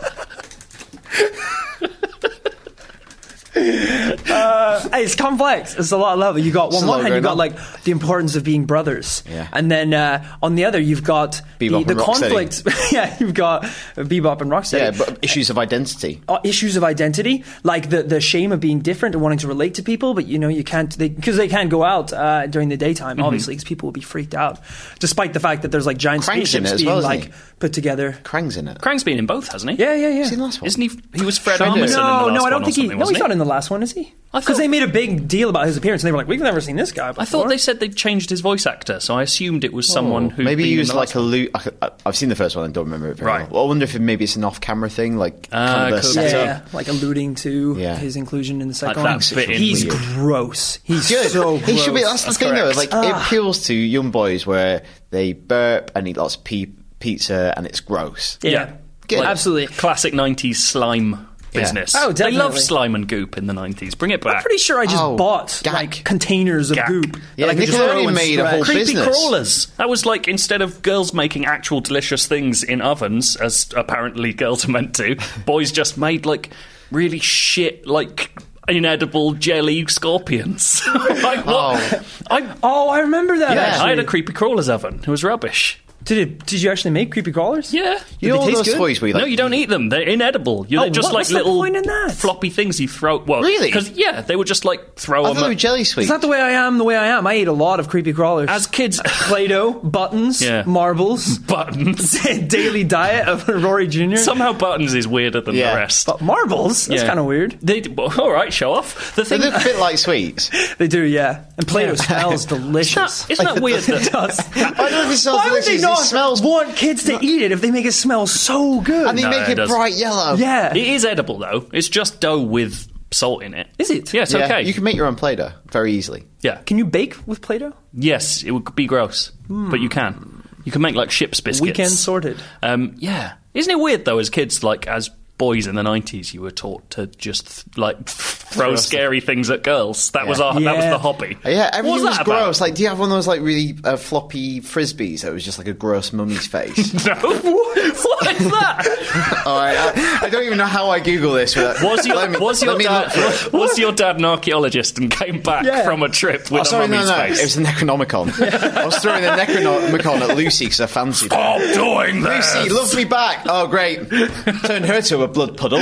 Hey, it's complex. It's a lot of level. You got It's on a lot one hand, you going got on. like the importance of being brothers, Yeah. and then uh, on the other, you've got Bebop the, and the Rocksteady. conflict. *laughs* yeah, you've got Bebop and Rocksteady. yeah, but issues of identity. uh, issues of identity, like the the shame of being different and wanting to relate to people, but you know you can't because they, can't go out uh, during the daytime, Mm-hmm. obviously, because people will be freaked out. Despite the fact that there's like giant Crank's in it spaceships as being well, isn't like he? put together. Krang's in it. Krang's been in both, hasn't he? Yeah, yeah, yeah. he in the last one? Isn't he? He was Fred Shredder. Armisen in no, the last no, I one don't or think he. something, No, he's wasn't not in the last one, is he? I Because thought- they made a big deal about his appearance, and they were like, "We've never seen this guy." Before. I thought they said they'd changed his voice actor, so I assumed it was Oh, someone who maybe been he in was the like last- a loot. I've seen the first one and don't remember it very Right. Ah, well. I wonder if it, maybe it's an off-camera thing, like kind of a could be. Yeah, setup. yeah, like alluding to Yeah. his inclusion in the Like second that one. bit in He's weird. gross. He's Good. so gross. he should be. That's, That's the thing, correct. Ah. though. Like it appeals to young boys where they burp and eat lots of pe- pizza and it's gross. yeah, Good. absolutely. classic '90s slime Yeah. business. Oh, They love definitely. slime and goop in the '90s. Bring it back. I'm pretty sure I just Oh, bought gack. like containers of Gack. goop. Yeah, that I could just Nickelodeon throw and made a spread. whole creepy business. crawlers. That was like instead of girls making actual delicious things in ovens, as apparently girls are meant to, boys just made like really shit like. Inedible jelly scorpions. *laughs* like what? Oh. I, Oh, I remember that. Yeah, actually. I had a creepy crawlers oven. It was rubbish. Did it, Did you actually make creepy crawlers? Yeah. Did You know they all taste those good? toys we like. no, you don't eat them. They're inedible. You, Oh, they're just what- like what's the little point in that? floppy things you throw. Well, Really? Because yeah, they would just like throw I them. thought they were at- jelly sweets. It's not the way I am. The way I am. I ate a lot of creepy crawlers. as kids. *laughs* Play-Doh, buttons, Yeah. marbles, *laughs* buttons. *laughs* daily diet of *laughs* Rory Jr. Somehow buttons is weirder than Yeah. the rest. but marbles. That's Yeah. kind of weird. They d- well, all right, show off. The They thing look a bit like sweets. They do, yeah. And Play-Doh smells Yeah. *laughs* It's not- delicious. isn't *laughs* that weird? it That, does. I don't know if it smells Why would they delicious, it not smells- want kids to eat it if they make it smell so good? And they No, make it it doesn't. bright yellow. yeah. it is edible though. It's just dough with salt in it. Is it? Yeah, it's Yeah, okay. You can make your own Play-Doh very easily. yeah. Can you bake with Play-Doh? Yes, it would be gross, but you can. You can make like ship's biscuits. Weekend sorted. Um, yeah. Isn't it weird though? As kids, like as boys in the nineties, you were taught to just th- like throw scary things at girls. That was Yeah. our. That was Yeah. the hobby. Yeah, everything what was, was, that gross. Like, do you have one of those like really uh, floppy frisbees that was just like a gross mummy's face? About? No. what *laughs* is that? All right, I, I don't even know how I Google this. Without, Was your *laughs* let me, was your let me look dad for *laughs* it. was your dad an archaeologist and came back Yeah. from a trip with Oh, a sorry, no, mummy's no, face? it was a Necronomicon. I was throwing a Necronomicon at Lucy because I fancied her. Stop doing this. Lucy, love me back. Oh, great. Turned her to a blood puddle.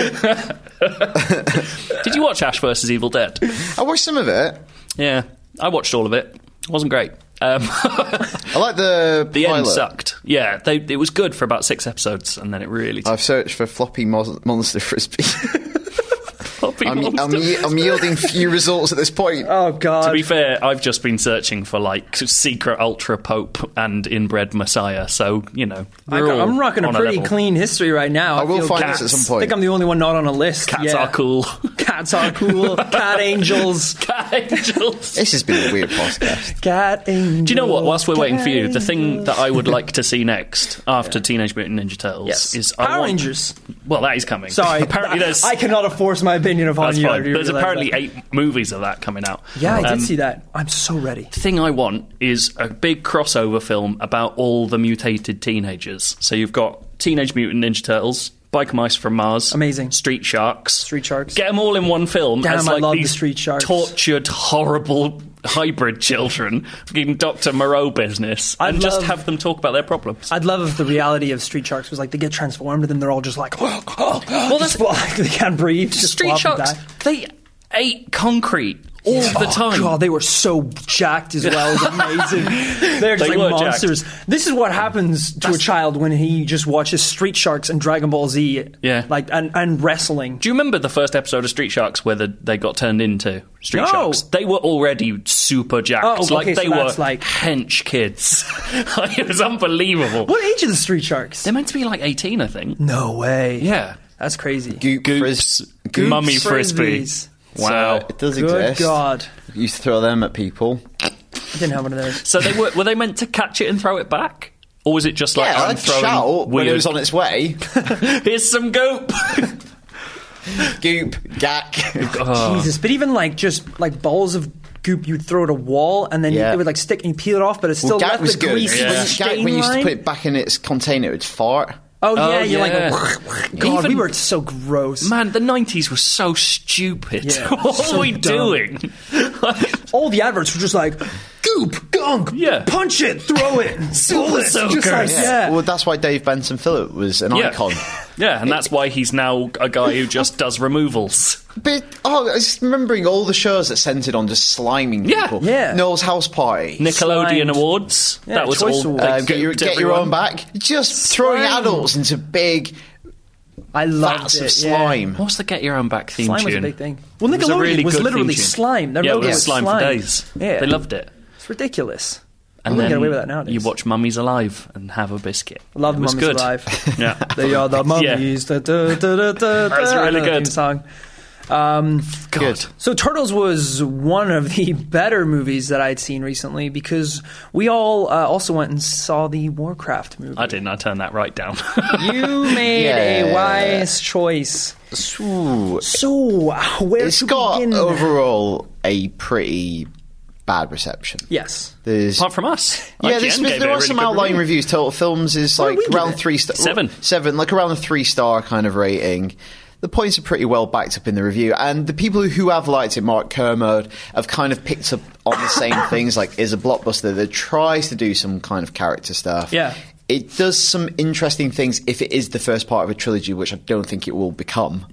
Did you watch Ash versus Evil Dead? I watched some of it. Yeah, I watched all of it. It wasn't great. Um, *laughs* I like the the pilot. end sucked. Yeah, they, it was good for about six episodes, and then it really. I've searched for floppy mo- monster *laughs* frisbee. Floppy *laughs* I'm, I'm, e- monster. I'm yielding few results at this point. Oh, God. to be fair, I've just been searching for like secret ultra pope and inbred messiah. So you know, I we're all I'm rocking a on pretty level. clean history right now. I will feel find cats. this at some point. I think I'm the only one not on a list. Cats Yeah. are cool. *laughs* Cats are cool. Cat angels. Cat angels. this has been a weird *laughs* podcast. Cat angels. Do you know what? Whilst we're waiting for you, the thing that *laughs* I would like to see next after Teenage Mutant Ninja Turtles Yes. is I Power want- Rangers. Well, that is *laughs* coming. Sorry. *laughs* apparently there's I cannot have forced my opinion upon That's you. I fine. do There's realize apparently that. eight movies of that coming out. Yeah, I did Um, see that. I'm so ready. The thing I want is a big crossover film about all the mutated teenagers. So you've got Teenage Mutant Ninja Turtles, Biker Mice from Mars, Amazing. Street Sharks, Street Sharks. Get them all in one film. Damn, as, I like, love the these Street Sharks. Tortured, horrible hybrid children, fucking Doctor Moreau business, I'd and just love- have them talk about their problems. I'd love if the reality of Street Sharks was like they get transformed and then they're all *laughs* just like, *gasps* well, that's- they can't breathe. Just Street flop and Sharks, die. they ate concrete. all the Oh, time. God, they were so jacked as well. It was *laughs* amazing. They're just They were like jacked. monsters. This is what happens to a child when he just watches Street Sharks and Dragon Ball Z. Yeah. like and, and wrestling. Do you remember the first episode of Street Sharks where the, they got turned into Street No. Sharks? They were already super jacked. Oh, okay, like so they were that's like- hench kids. *laughs* it was unbelievable. What age are the Street Sharks? They're meant to be like 18, I think. No way. Yeah. that's crazy. Goop Goops. fris- Goop Mummy frisbee. Frisbees. Wow. So it does Good exist. God, You used to throw them at people. I didn't have one of those. So they were were they meant to catch it and throw it back? Or was it just like yeah, I'm I'd throwing shout weird when it was on its way. Here's some *laughs* goop. *laughs* Goop, gack. Oh. Jesus, but even like just like balls of goop, you'd throw at a wall, and then Yeah. it would like stick, and you peel it off, but it still Well, gack left was the good. greasy Yeah. stain Gack, when you used to line. put it back in its container, it would fart. Oh yeah, Oh, you're yeah. like, *laughs* God, we Even- were so gross. Man, the nineties were so stupid. Yeah, *laughs* what so are we dumb. doing? All the adverts were just like, goop, gunk, Yeah. punch it, throw *laughs* it, Super bullets, just soaker. like, yeah. Well, that's why Dave Benson Phillip was an yeah. icon. Yeah, and that's why he's now a guy who just does removals. But oh, I was just remembering all the shows that centered on just sliming Yeah. people. Yeah. Noel's House Party. Nickelodeon Slimed. Awards. Yeah, that was Choice all. Awards. they Um, get your, gooped get your everyone. own back. Just throwing Slime. adults into big I loved vats it. of yeah. slime. What was the get your own back theme Slime tune? was a big thing. Well, It was a Nickelodeon was, really good literally theme tune. slime. Their yeah, it logo was was slime, for days. Yeah, They loved it. It's *laughs* ridiculous. I And wouldn't get then away with that nowadays. you watch Mummies Alive and have a biscuit. Love it was Mummies good. *laughs* Alive. Yeah. They are the mummies. Da, da, da, da, *laughs* da, That's da. I really know the good. theme song. Um, God. Good. So Turtles was one of the *laughs* better movies that I'd seen recently because we all uh, also went and saw the Warcraft movie. I didn't. I turned that right down. *laughs* You made a Yeah. wise choice. Ooh. So where It's to got begin? overall a pretty bad reception. yes. There's Apart from us. yeah, IGN this, gave it there a are really some good outline review. reviews. Total Films is What did like we give around it? three star Seven. seven, like around a three star kind of rating. The points are pretty well backed up in the review, and the people who have liked it, Mark Kermode, have kind of picked up on *coughs* the same things. Like, is a blockbuster that tries to do some kind of character stuff. Yeah. It does some interesting things if it is the first part of a trilogy, which I don't think it will become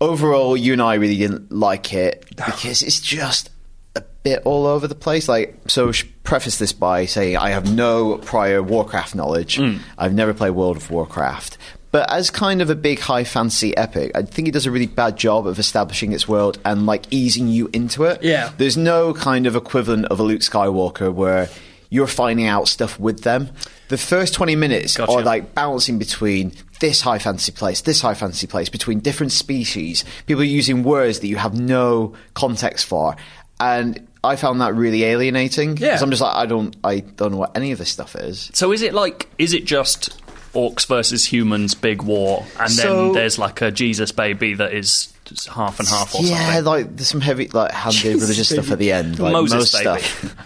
overall, you and I really didn't like it because it's just a bit all over the place. Like, so I should preface this by saying I have no prior Warcraft knowledge. I've never played World of Warcraft. But as kind of a big high fantasy epic, I think it does a really bad job of establishing its world and like easing you into it. Yeah. There's no kind of equivalent of a Luke Skywalker where you're finding out stuff with them. The first 20 minutes Gotcha. are like bouncing between this high fantasy place, this high fantasy place, between different species, people using words that you have no context for. And I found that really alienating. Yeah. 'Cause I'm just like, I don't, I don't know what any of this stuff is. So is it like? Is it just orcs versus humans? Big war, and So- then there's like a Jesus baby that is just half and half or yeah, something. like there's some heavy, like handy Jesus, religious stuff at the end, like Moses most baby. stuff.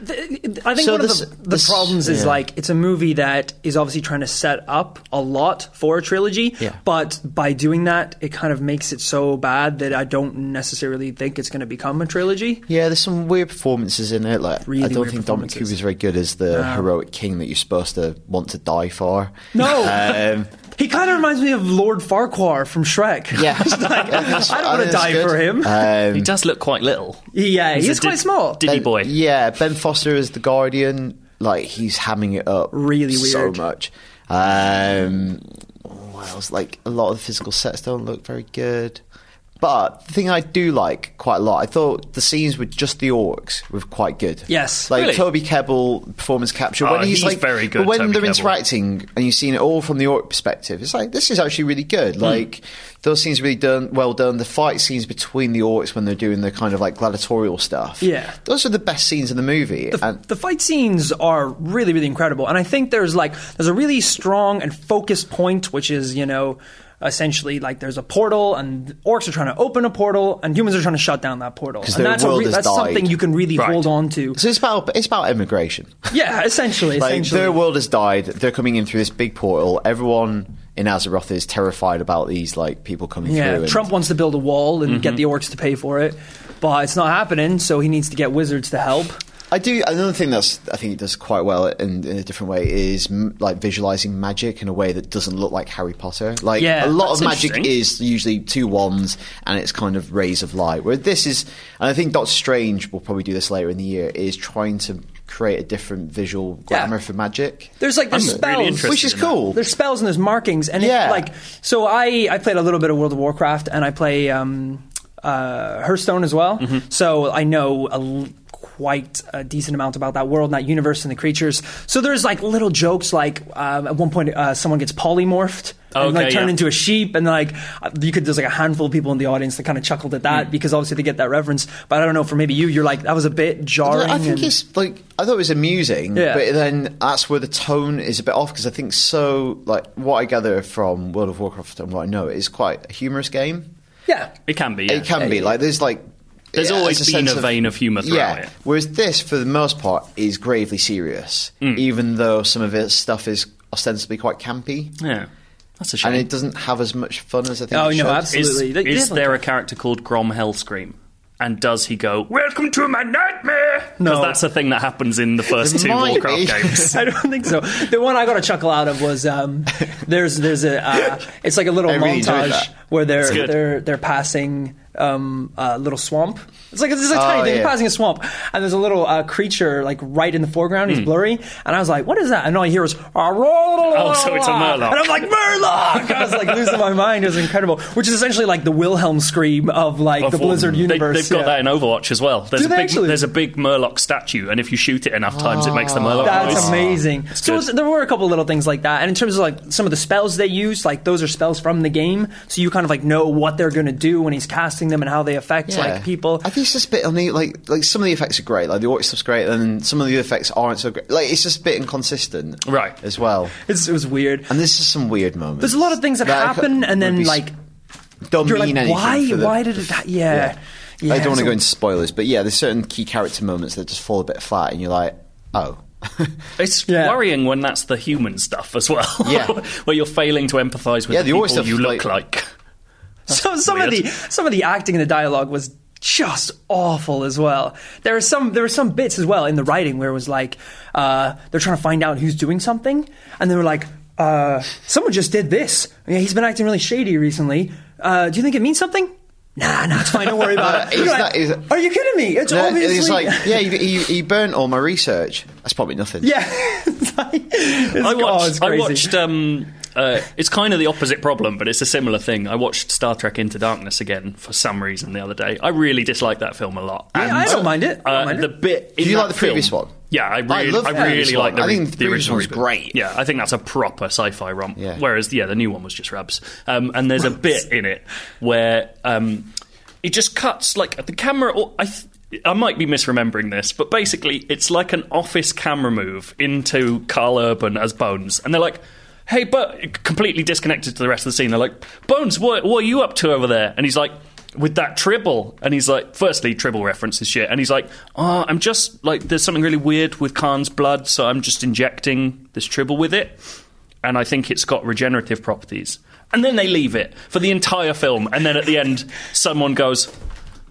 Th- th- I think So one this- of the, the this- problems is yeah. like it's a movie that is obviously trying to set up a lot for a trilogy, Yeah. but by doing that, it kind of makes it so bad that I don't necessarily think it's going to become a trilogy. Yeah, there's some weird performances in it. Like Really I don't weird think Dominic performances. Cooper's very good as the heroic king that you're supposed to want to die for. No. um, He kind of reminds me of Lord Farquhar from Shrek. yeah, *laughs* *laughs* I don't want to die for him. Uh, he does look quite little. yeah, he's, a quite did- small. Diddy boy. Yeah, Ben Foster is the Guardian. Like he's hamming it up Really weird. so much. Um, what else? Like a lot of the physical sets don't look very good. But the thing I do like quite a lot, I thought the scenes with just the orcs were quite good. Yes. like Really? Toby Kebbell performance capture. Oh, when he's, he's like, very good, but when Toby they're Kebbell. interacting and you've seen it all from the orc perspective, it's like this is actually really good. Hmm. Like those scenes really done well done. The fight scenes between the orcs when they're doing the kind of like gladiatorial stuff. Yeah. those are the best scenes in the movie. and the fight scenes are really really incredible and i think there's like there's a really strong and focused point which is you know essentially like there's a portal and orcs are trying to open a portal and humans are trying to shut down that portal and their that's, world a has that's died. something you can really Right. hold on *laughs* to so it's about it's about immigration. yeah essentially like essentially their world has died. They're coming in through this big portal. Everyone in Azeroth is terrified about these like people coming yeah through. and- trump wants to build a Mm-hmm. wall and get the orcs to pay for it but it's not happening so he needs to get wizards to help I do another thing that's I think it does quite well in, in a different way is m- like visualizing magic in a way that doesn't look like Harry Potter. Like Yeah, a lot that's of magic interesting. is usually two wands and it's kind of rays of light. Where this is, and I think Doctor Strange will probably do this later in the year, is trying to create a different visual Yeah. glamour for magic, There's like there's I'm really spells, interested which is in that. cool. there's spells and there's markings and Yeah. it, like so I I played a little bit of World of Warcraft and I play um, uh, Hearthstone as well Mm-hmm. so I know a l- quite a decent amount about that world and that universe and the creatures so there's like little jokes like um, at one point uh, someone gets polymorphed and like Okay, turned yeah. into a sheep and like uh, you could there's like a handful of people in the audience that kind of chuckled at Mm. that because obviously they get that reference but I don't know for maybe you you're like that was a bit jarring I think and- it's like I thought it was amusing, Yeah. but then that's where the tone is a bit off because I think so. Like what I gather from World of Warcraft and what I know is quite a humorous game. yeah It can be. Yeah. It can be like there's like There's yeah, always it's been sense a vein of humour throughout yeah. it. Whereas this, for the most part, is gravely serious, Hmm. even though some of its stuff is ostensibly quite campy, Yeah. That's a shame. and it doesn't have as much fun as I think. Oh, it no, should. abs- is, Absolutely. They- is definitely. there a character called Grom Hellscream? And does he go, Welcome to my nightmare? Because No. that's a thing that happens in the first There two might Warcraft be. games. *laughs* I don't think so. The one I got a chuckle out of was um, there's there's a uh, it's like a little I really enjoyed montage that. where they're good. they're they're passing um, a little swamp. It's like it's a Oh, tiny thing yeah. passing a swamp, and there's a little uh, creature like right in the foreground. Hmm. He's blurry, and I was like, "What is that?" And all I hear is "Oh, so it's a Murloc. and I'm like Murloc. I was like losing my mind. It was incredible, which is essentially like the Wilhelm scream of like the Of all- Blizzard they, universe. They've got yeah. that in Overwatch as well. There's Do a they big actually? there's a big Murloc statue, and if you shoot it enough times, it makes the Murloc That's noise. amazing. so good. it's- there were a couple little things like that, and in terms of like some of the spells they use, like those are spells from the game, so you kind of like know what they're going to do when he's casting them and how they affect like people. I think it's just a bit unneeded. Like, like some of the effects are great, like the orc stuff's great, and some of the effects aren't so great. Like, it's just a bit inconsistent, Right. As well, It's, it was weird. and there's just some weird moments. There's a lot of things that, happen, and then like don't you're mean like, anything. why? for the- why did it? ha- Yeah, yeah. I don't want to so- go into spoilers, but yeah, there's certain key character moments that just fall a bit flat, and you're like, oh. It's Yeah. worrying when that's the human stuff as well. Yeah. *laughs* where you're failing to empathise with Yeah, the the orc people stuff you is look like- like. *laughs* So some of weird. the some of the acting and the dialogue was just awful as well. There are some there were some bits as well in the writing where it was like uh, they're trying to find out who's doing something, and they were like, uh, "Someone just did this. Yeah, he's been acting really shady recently. Uh, do you think it means something?" Nah, nah, it's fine. Don't worry about it. Is You're that- like, is- are you kidding me? It's *laughs* No, obviously it's like, yeah, he, he, he burnt all my research. That's probably *laughs* nothing. yeah. It's like- it's I like, oh, watched. it's I crazy. watched. Um, uh, it's kind of the opposite problem, but it's a similar thing. I watched Star Trek Into Darkness again for some reason the other day. I really dislike that film a lot. Yeah, I don't mind it. I don't uh, mind it. the bit. in Did you that like the previous film- one? Yeah, I I really, love I, the previous really like the, one. I re- think the previous original one's reboot. great. Yeah, I think that's a proper sci-fi romp. Yeah. Whereas, yeah, the new one was just Rabs. Um, and there's a bit in it where um, it just cuts like the camera. Or I. Th- I might be misremembering this, but basically, it's like an office camera move into Carl Urban as Bones, and they're like, "Hey, but completely disconnected to the rest of the scene." They're like, "Bones, what, what are you up to over there?" And he's like, "With that Tribble," and he's like, "Firstly, Tribble references shit," and he's like, "Oh, I'm just like, there's something really weird with Khan's blood, so I'm just injecting this Tribble with it." and I think it's got regenerative properties. And then they leave it for the entire film, and then at the end, *laughs* someone goes,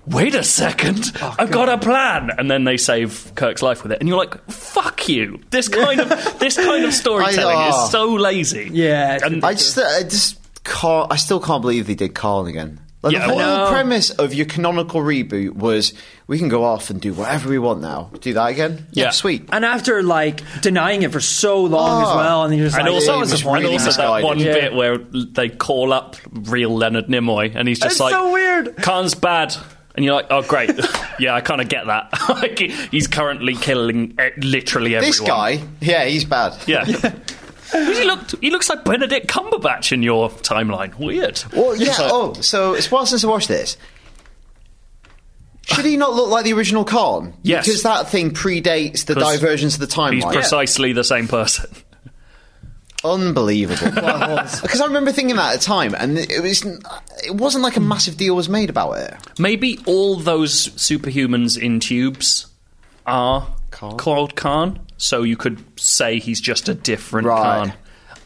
Wait a second, I've got a plan, and then they save Kirk's life with it, and you're like, "Fuck you!" This kind of this kind of storytelling oh. is so lazy. Yeah, it's and I just, I just can't. I still can't believe they did Carl again. Like Yeah, the whole well- premise of your canonical reboot was we can go off and do whatever we want now. Do that again? Yeah. sweet. and after like denying it for so long as Oh. well, and you're just and like, also, that was was and disappointing. really also that misguided. one Yeah. bit where they call up real Leonard Nimoy, and he's just It's like, so weird. Khan's bad." And you're like, oh, great. *laughs* yeah, I kind of get that. *laughs* like, he's currently killing eh, literally everyone. This guy, yeah, he's bad. Yeah. he looked he looks like Benedict Cumberbatch in your timeline. Weird. Well, yeah. So- oh, so it's while since I watched this. Should he not look like the original Khan? Yes. because that thing predates the 'Cause divergence of the He's timeline. precisely the same person. *laughs* Unbelievable. Because I remember thinking that at the time, and it was it wasn't like a massive deal was made about it. Maybe all those superhumans in tubes are Khan? called Khan, so you could say he's just a different Right. Khan.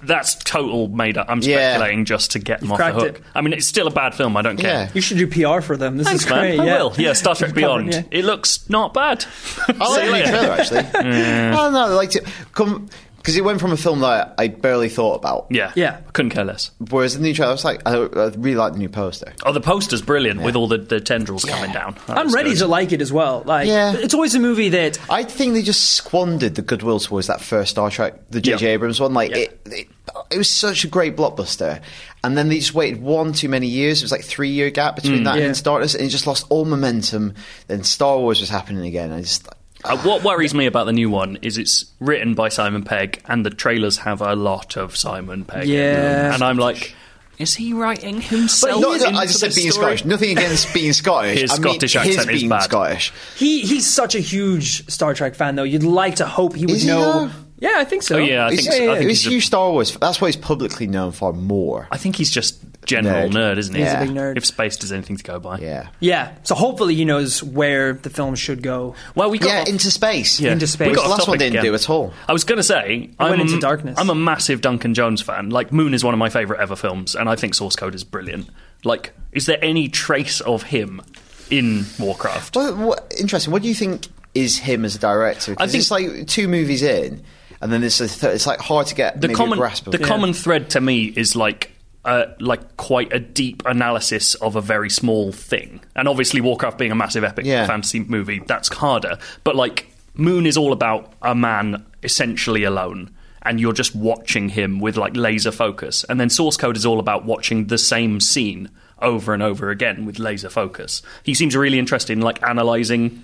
that's total made up. I'm Yeah. speculating just to get them off cracked the hook. it. I mean, it's still a bad film. I don't care. Yeah. You should do PR for them. This Thanks, is great. man. I yeah. will. Yeah, Star Trek You've covered, Beyond. yeah. It looks not bad. I *laughs* See like you later. the trailer actually. I don't know. I liked it. Come because it went from a film that I barely thought about. Yeah, Yeah. Couldn't care less. Whereas the new trailer, I was like, I, I really like the new poster. Oh, the poster's brilliant with all the, the tendrils coming down. That I'm looks ready good. to like it as well. Like, Yeah. it's always a movie that I think they just squandered the goodwill towards that first Star Trek, the J.J. Yeah. Abrams one. Like Yeah. it, it, it was such a great blockbuster, and then they just waited one too many years. It was like three year gap between Mm. that Yeah. and Star Wars, and it just lost all momentum. Then Star Wars was happening again. I just Uh, what worries me about the new one is it's written by Simon Pegg, and the trailers have a lot of Simon Pegg. in them. Yeah. and I'm like, is he writing himself? Not that- into I just said this being story? Scottish. Nothing *laughs* against being Scottish. His I mean, Scottish accent his is being bad. Scottish. he he's such a huge Star Trek fan, though. You'd like to hope he would Is he know. though? yeah, I think so. Oh, yeah, I He's, think so. I think he's he's a- a huge Star Wars. That's what he's publicly known for more. I think he's just general Nerd. nerd, isn't he? He's a big nerd. If space does anything to go by, Yeah. Yeah, so hopefully he knows where the film should go. Well, we got Yeah, off- into space. Yeah. Into space. We Which got the off last one topic didn't again. do at all. I was going to say, I'm went a- into darkness. I'm a massive Duncan Jones fan. Like Moon is one of my favorite ever films, and I think Source Code is brilliant. Like, is there any trace of him in Warcraft? Well, what, interesting. What do you think is him as a director? I I think- think it's like two movies in, and then it's a th- it's like hard to get The maybe common a grasp of. the it. common thread to me is like. Uh, like quite a deep analysis of a very small thing, and obviously Warcraft being a massive epic Yeah. fantasy movie, that's harder. But like Moon is all about a man essentially alone, and you're just watching him with like laser focus. And then Source Code is all about watching the same scene over and over again with laser focus. He seems really interested in like analyzing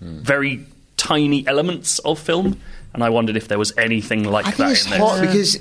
Hmm. very tiny elements of film, and I wondered if there was anything like I that think it's in there. hard because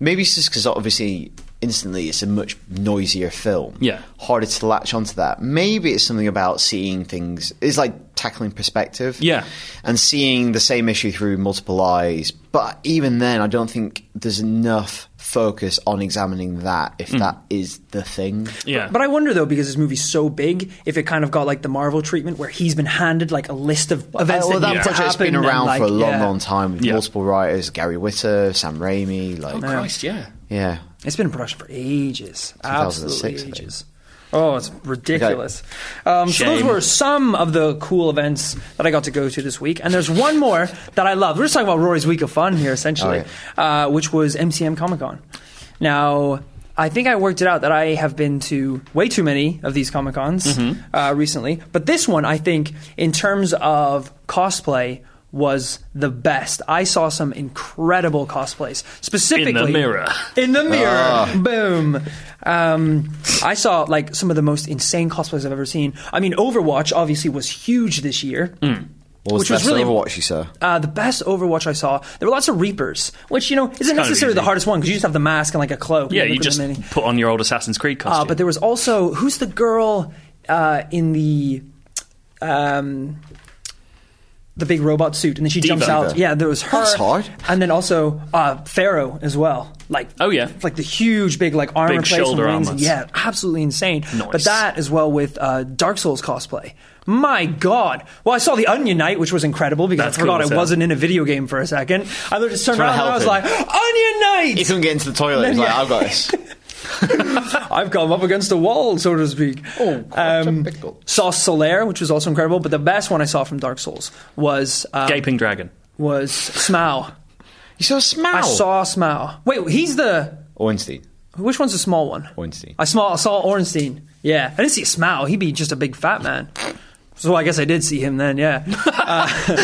maybe it's just because obviously instantly it's a much noisier film. Yeah. harder to latch onto that. Maybe it's something about seeing things. It's like tackling perspective. Yeah. and seeing the same issue through multiple eyes. But even then, I don't think there's enough focus on examining that if that is the thing. Yeah. But I wonder though, because this movie's so big, if it kind of got like the Marvel treatment, where he's been handed like a list of events well, that, that need to project's happen been and, around like, for a long, yeah. long time with Yeah. multiple writers: Gary Witter, Sam Raimi. Oh, Like, Christ, yeah. yeah, It's been in production for ages, 2006, I absolutely think. ages. Oh, it's ridiculous. Um, so those Shame. were some of the cool events that I got to go to this week, and there's one more that I love. We're just talking about Rory's week of fun here, essentially, Oh, uh, which was MCM Comic Con. Now, I think I worked it out that I have been to way too many of these Comic Cons Mm-hmm. uh, recently, but this one, I think, in terms of cosplay. Was the best. I saw some incredible cosplays, specifically mirror. in the mirror. Ah. Boom. Um, I saw like some of the most insane cosplays I've ever seen. I mean, Overwatch obviously was huge this year. Mm. What was Which the was best really- Overwatch you saw? Uh, the best Overwatch I saw, there were lots of Reapers, which you know isn't kind of necessarily the easy. hardest one because you just have the mask and like a cloak. Yeah, look you at just them and- put on your old Assassin's Creed costume. Uh, but there was also who's the girl uh, in the um, the big robot suit, and then she jumps out. Diva. Yeah, there was her. That's hard. And then also uh, Pharaoh as well. Like Oh, yeah. like the huge big like armor Big plates and shoulder wings. armors. Yeah, absolutely insane. But Nice. that as well with uh, Dark Souls cosplay. My God! Well, I saw the Onion Knight, which was incredible because That's I forgot cool as I hell. wasn't in a video game for a second. I just turned Trying around to and I was like, help Onion Knight! He couldn't get into the toilet. He's like, yeah. I've got this. I've come up against a wall, so to speak. Um, Oh, quite a pickle. saw Solaire, which was also incredible, but the best one I saw from Dark Souls was uh, Gaping Dragon. was Smaug. *laughs* You saw Smaug. I saw Smaug. Wait, he's the Ornstein. which one's the small one? Ornstein. I saw I saw Ornstein. Yeah, I didn't see Smaug. He'd be just a big fat man. So I guess I did see him then. Yeah.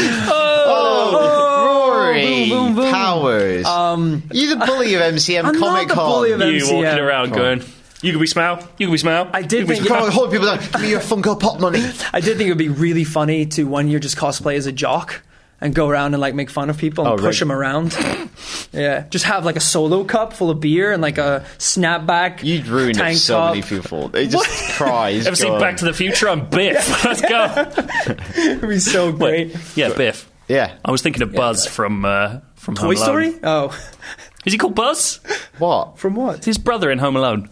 Oh, Rory Oh, boom, boom, boom. Powers. You're the bully of MCM I'm not Comic the Con. bully of You MCM. walking around Come going, you can be Smaug, you can be Smaug. uh, I did you can be think- Smaug." Come on, hold people down. Give me your Funko Pop money. I did think it would be really funny to one year just cosplay as a jock and go around and like make fun of people and Oh, push right. them around. yeah, just have like a solo cup full of beer and like a snapback. You'd ruin tank it so top. many people. They just *laughs* cry. He's Ever seen gone. Back to the Future? I'm *laughs* Biff. Let's go. *laughs* It'd be so great. Wait, yeah, Biff. Yeah. I was thinking of Buzz from uh, from Home Toy Alone. Story? Oh, Is he called Buzz? What? from what? His brother in Home Alone.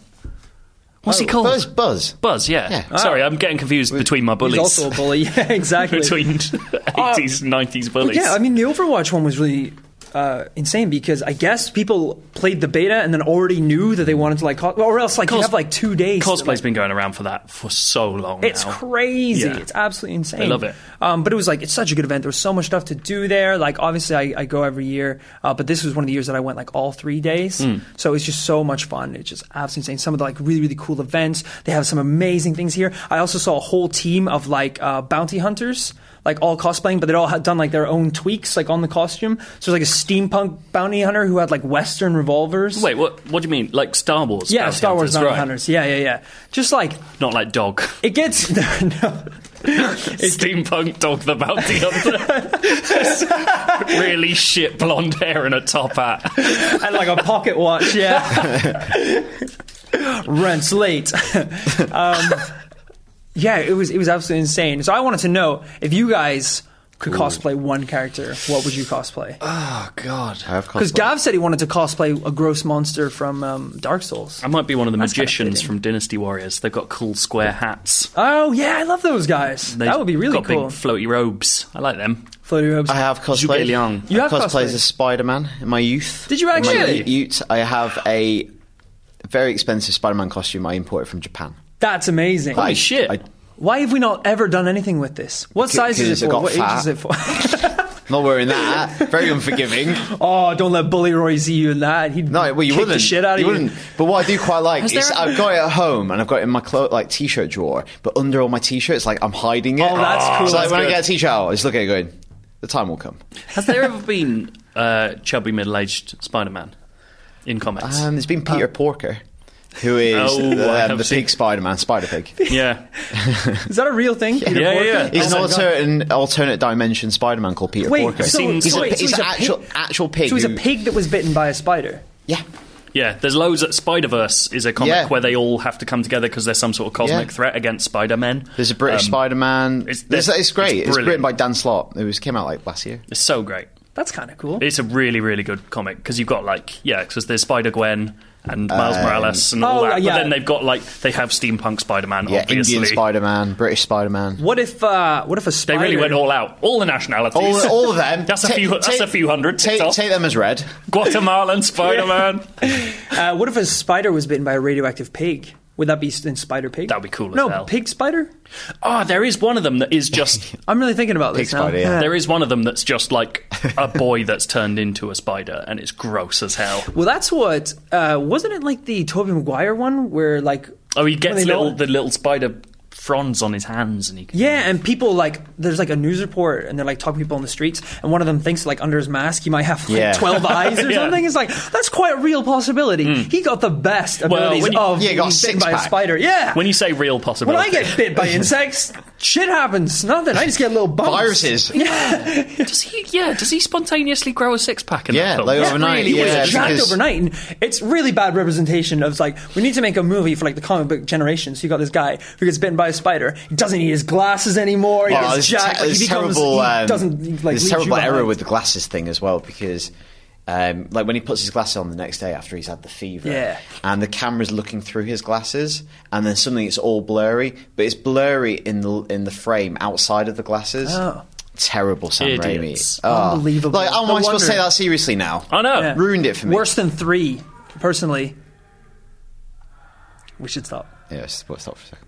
What's he called? Oh, Buzz Buzz. Buzz, yeah. Yeah. Sorry, I'm getting confused between my Ah. He's bullies. also a *laughs* *laughs* Ah. bully. *laughs* Yeah, exactly. between 80s, 90s bullies. yeah, I mean the Overwatch one was really uh, insane because I guess people played the beta and then already knew that they wanted to like, cos- or else like you Cos- have like two days. to, Cosplay's like- been going around for that for so long. It's now. crazy. Yeah. It's absolutely insane. I love it. Um, but it was like it's such a good event. There was so much stuff to do there. Like obviously I, I go every year, uh, but this was one of the years that I went like all three days. Hmm. So it was just so much fun. It's just absolutely insane. Some of the like really really cool events. They have some amazing things here. I also saw a whole team of like uh, bounty hunters. Like all cosplaying, but they'd all had done like their own tweaks, like on the costume. So it was like a steampunk bounty hunter who had like Western revolvers. Wait, what? What do you mean? Like Star Wars? yeah, bounty Star Wars hunters, bounty right. hunters. Yeah, yeah, yeah. Just like Not like dog. *laughs* it gets *laughs* no. Steampunk dog the bounty hunter. *laughs* Just really shit blonde hair and a top hat. *laughs* and like a pocket watch, yeah. *laughs* Rent's late. *laughs* um, yeah, it was it was absolutely insane. So I wanted to know if you guys could cosplay one character, what would you cosplay? Uh, Oh God. I have Because cosplay. Gav said he wanted to cosplay a gross monster from um, Dark Souls. I might be one of the kinda magicians fitting. from Dynasty Warriors. They've got cool square hats. Oh yeah, I love those guys. They've that would be really got cool. Big floaty robes. I like them. Floaty robes. I have Zhuge cosplayed. Liang. You I have cosplayed cosplayed. as Spider-Man in my youth. Did you In my actually? youth, I have a very expensive Spider-Man costume I imported from Japan. That's amazing. Holy shit. I, Why have we not ever done anything with this? What size is 'cause it I for? got What age fat. is it for? *laughs* *laughs* not wearing that. very unforgiving. oh, don't let Bully Roy see you in that. He'd No, well, you kick wouldn't. the shit out you of you. wouldn't. But what I do quite like Has is there- I've got it at home and I've got it in my clo- like t-shirt drawer, but under all my t-shirts, like I'm hiding it. Oh, that's cool. So like, That's when good. I get a t-shirt, out, I just look at it going, "The time will come." Has there ever been *laughs* uh, chubby middle-aged Spider-Man in comics? Um, there's been uh, Peter Porker, who is Oh, I the, have um, the seen- pig Spider-Man, Spider Pig. *laughs* *laughs* yeah. Is that a real thing? Peter Yeah, Porker? yeah, yeah. He's Oh an my God. alternate, alternate dimension Spider-Man called Peter Wait, Porker. so- Seen- he's so a, wait, so he's he's an a actual pig- actual pig. So he's a who- pig that was bitten by a spider. Yeah. Yeah, there's loads at Spider Verse is a comic Yeah. where they all have to come together because there's some sort of cosmic Yeah. threat against Um, Spider Man. There's a Um, British Spider-Man. it's- It's, it's, that's- great. it's It's, brilliant. written by Dan Slott. It was came out like last year. It's so great. That's kind of cool. It's a really, really good comic because you've got like, yeah, because there's Spider Gwen and Miles Um, Morales and all Oh, that. yeah. But then they've got like, they have steampunk Spider Man, Yeah, obviously. Indian Spider-Man, British Spider-Man. what if uh, what if a they spider? really went all out. All the nationalities. All, all of them. *laughs* That's a Ta- few- that's take- a few hundred, Take, ticked off. take them as red. *laughs* Guatemalan Spider *laughs* Man. Uh, what if a spider was bitten by a radioactive pig? Would that be s- in spider pig? That'd be cool as No, hell. pig spider. oh, there is one of them that is *laughs* just. I'm really thinking about Pig this now. spider, yeah. There is one of them that's just like a boy that's turned into a spider, and it's gross as hell. Well, that's what uh, wasn't it like the Toby Maguire one where like Oh, he when gets they little don't- the little spider fronds on his hands, and he can Yeah, and people like there's like a news report, and they're like talking to people on the streets, and one of them thinks like under his mask he might have like Yeah. *laughs* Hmm. twelve eyes or Yeah. something. It's like that's quite a real possibility. He got the best abilities when you- of Yeah, he got being bitten by a six-pack. spider. Yeah, When when, you say real possibility, I get bit *laughs* by insects, shit happens. Nothing. I just get little bumps. Viruses. does he? Yeah, does he spontaneously grow a six pack? Yeah, that film? like It's overnight, really He yeah, weird. was jacked because- overnight, and it's really bad representation of like we need to make a movie for like the comic book generation. So you got this guy who gets bitten by a spider. He doesn't need his glasses anymore. He Oh, gets there's jacked. like, te- he there's becomes- terrible, he um, doesn't like there's leaves you terrible error behind. with the glasses thing as well because. Um, like when he puts his glasses on the next day after he's had the fever, Yeah. and the camera's looking through his glasses, and then suddenly it's all blurry, but it's blurry in the in the frame outside of the glasses. Oh. Terrible, Sam Idiots. Raimi. Oh. Unbelievable. Like, how am No I supposed to wonder. say that seriously now? I know. Yeah. Uh, Ruined it for me. Worse than three, personally. We should stop. Yeah, let's stop for a second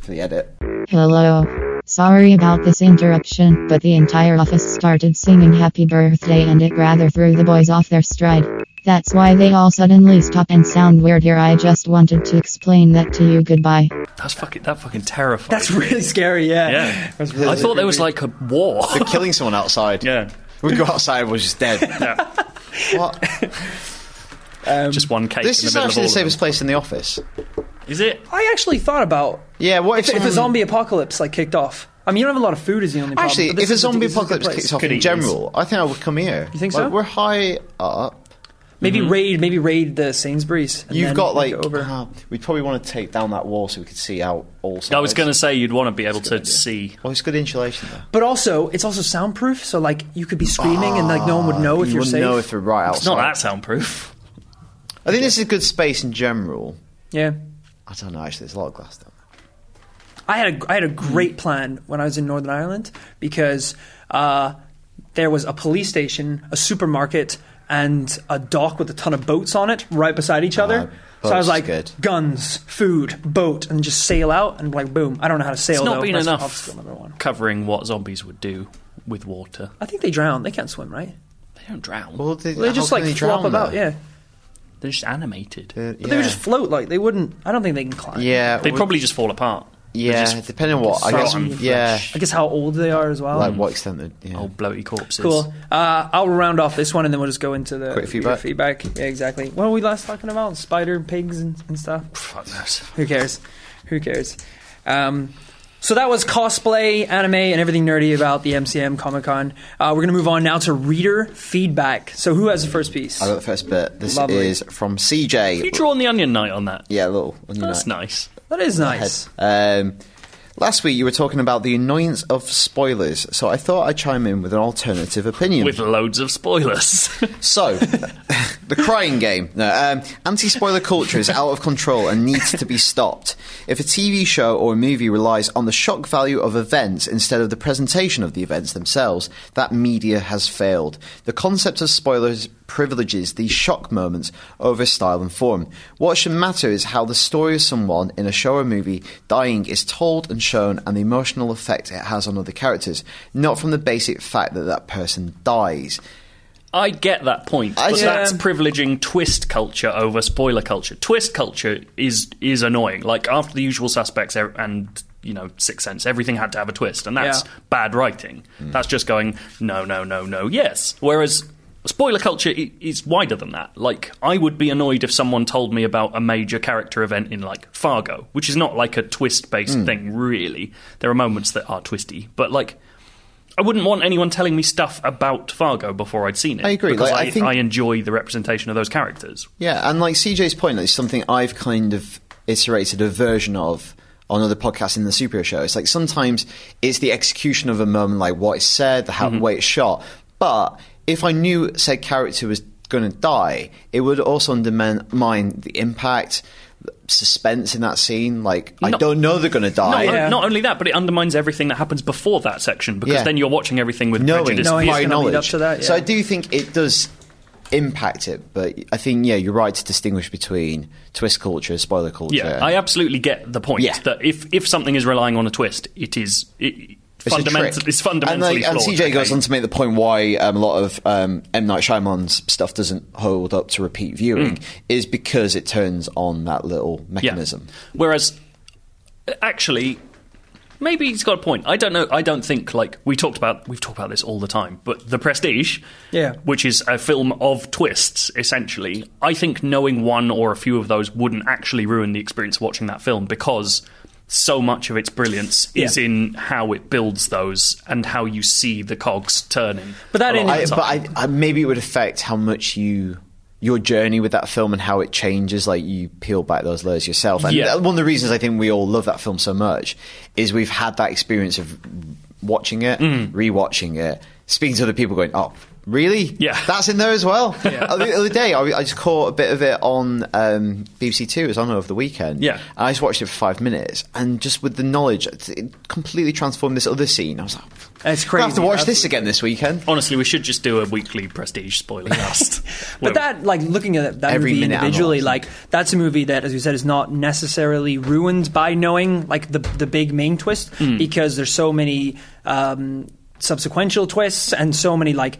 for the edit. Hello. Sorry about this interruption, but the entire office started singing happy birthday and it rather threw the boys off their stride. That's why they all suddenly stop and sound weird here. I just wanted to explain that to you. Goodbye. That's fucking that fucking terrifying. That's really *laughs* scary, yeah. yeah. That's *laughs* I thought there was creepy. like a war. They're killing someone outside. *laughs* yeah, we go outside, we're *laughs* just dead. What? just one cake. This in the is middle actually the of all of safest place in the office. them. Is it? I actually thought about Yeah, what if, if, if a someone- zombie apocalypse like kicked off. I mean, you don't have a lot of food is the only problem. Actually, but this if a is zombie this is good apocalypse place. kicks off Could in eat general, I think I would come here. You think Like, so? We're high up. maybe raid, maybe raid the Sainsbury's. and hmm. You've then got like go over. uh, we'd probably want to take down that wall so we could see out all. Sides. I was going to say you'd want to be able to see. Well, it's good insulation though. but also, it's also soundproof, so like you could be screaming and like no one would know if you you're wouldn't safe. know if we're right outside. It's not that soundproof. I think this is a good space in general. yeah. I don't know. Actually, there's a lot of glass down there. Mm. I had a, I had a great plan when I was in Northern Ireland because uh, there was a police station, a supermarket, and a dock with a ton of boats on it right beside each other. Ah, so I was boats, like, good. guns, food, boat, and just sail out and like boom. I don't know how to sail. It's not though. been That's enough obstacle number one. covering what zombies would do with water. I think they drown. They can't swim, right? They don't drown. Well, they, They how just can like they flop drown, about. though? Yeah, They're just animated. Uh, but yeah. they would just float. Like they wouldn't. I don't think they can climb. yeah, they well, probably just fall apart. They're yeah, just depending on what I guess. rotten Yeah, flesh. I guess how old they are as well. like what extent? That, yeah. old bloaty corpses. Cool. Uh, I'll round off this one and then we'll just go into the Quick feedback. feedback. Yeah, exactly. What were we last talking about? Spider pigs and, and stuff. *laughs* Fuck that. Who cares? Who cares? Um, so that was cosplay, anime, and everything nerdy about the MCM Comic Con. Uh, we're gonna move on now to reader feedback. So who has the first piece? I got the first bit. This Lovely. is from CJ. You draw on the onion night on that. Yeah, a little. On your That's night. nice. That is nice. Um, last week you were talking about the annoyance of spoilers, so I thought I'd chime in with an alternative opinion. With loads of spoilers. So, *laughs* the crying game. No, um, anti spoiler culture is out of control and needs to be stopped. If a TV show or a movie relies on the shock value of events instead of the presentation of the events themselves, that media has failed. The concept of spoilers privileges these shock moments over style and form. What should matter is how the story of someone in a show or movie dying is told and shown and the emotional effect it has on other characters, not from the basic fact that that person dies. *laughs* I get that point, I but see. that's Yeah. privileging twist culture over spoiler culture. Twist culture is is annoying. Like after the usual suspects er- and you know Sixth Sense, everything had to have a twist, and that's Yeah. bad writing. That's just going no, no, no, no, yes. Whereas spoiler culture i- is wider than that. Like I would be annoyed if someone told me about a major character event in like Fargo, which is not like a twist based thing really. There are moments that are twisty, but like. I wouldn't want anyone telling me stuff about Fargo before I'd seen it. I agree. Because Like, I, I think- I enjoy the representation of those characters. Yeah, and like CJ's point, it's something I've kind of iterated a version of on other podcasts in the superhero show. It's like sometimes it's the execution of a moment, like what is said, the how, Mm-hmm. way it's shot. But if I knew said character was going to die, it would also undermine the impact, the suspense in that scene. Like I No. don't know they're going to die. Not, Yeah. not only that, but it undermines everything that happens before that section because Yeah. then you're watching everything with knowing prejudice. No, Knowing it's prior gonna lead knowledge. up to that, So yeah. I do think it does impact it, but I think yeah, you're right to distinguish between twist culture, spoiler culture. yeah, I absolutely get the point Yeah. that if, if something is relying on a twist, it is it, It's a fundamental, trick. it's fundamentally and, like, flawed. and CJ goes okay? on to make the point why um, a lot of um, M Night Shyamalan's stuff doesn't hold up to repeat Mm. viewing is because it turns on that little mechanism. Whereas, actually, maybe he's got a point. I don't know. I don't think like we talked about. We've talked about this all the time. But the Prestige, Yeah. which is a film of twists, essentially. I think knowing one or a few of those wouldn't actually ruin the experience of watching that film because. So much of its brilliance is Yeah. in how it builds those and how you see the cogs turning. But that a lot in- of I, the but time. I, I, maybe it would affect how much you your journey with that film and how it changes. Like you peel back those layers yourself. And Yeah. one of the reasons I think we all love that film so much is we've had that experience of watching it, Mm. rewatching it, speaking to other people, going, "Oh, really? Yeah. that's in there *laughs* as well." Uh, the other day, I, I just caught a bit of it on um, BBC Two. It was on over the weekend. Yeah. and I just watched it for five minutes, and just with the knowledge, it it completely transformed this other scene. I was like, It's "I have to crazy. watch this again this weekend." Honestly, we should just do a weekly Prestige *laughs* spoiler cast. But Where- that, like, looking at that Every movie minute I'm individually, watching. like, that's a movie that, as you said, is not necessarily ruined by knowing like the the big main twist Hmm. because there's so many um, subsequential twists and so many like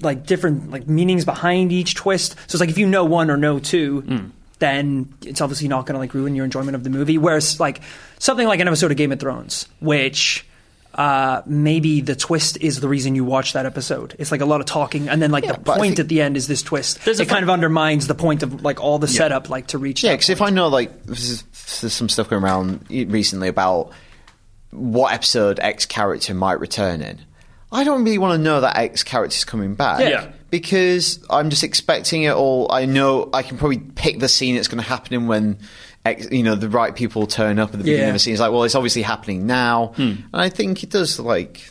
like different like meanings behind each twist. So it's like if you know one or know two. Hmm. Then it's obviously not going to like ruin your enjoyment of the movie. Whereas like something like an episode of Game of Thrones, which uh, maybe the twist is the reason you watch that episode. It's like a lot of talking, and then like the but I point think- at the end is this twist. There's a it kind of fu- undermines the point of like all the setup, like to reach. Yeah, that because if I know, like, there's there's some stuff going around recently about what episode X character might return in, I don't really want to know that X character's coming back. Yeah. Yeah. Because I'm just expecting it all. I know I can probably pick the scene it's going to happen in when. X, you know the right people turn up at the beginning Yeah. Hmm. of a scene. It's like, well, it's obviously happening now, and I think it does like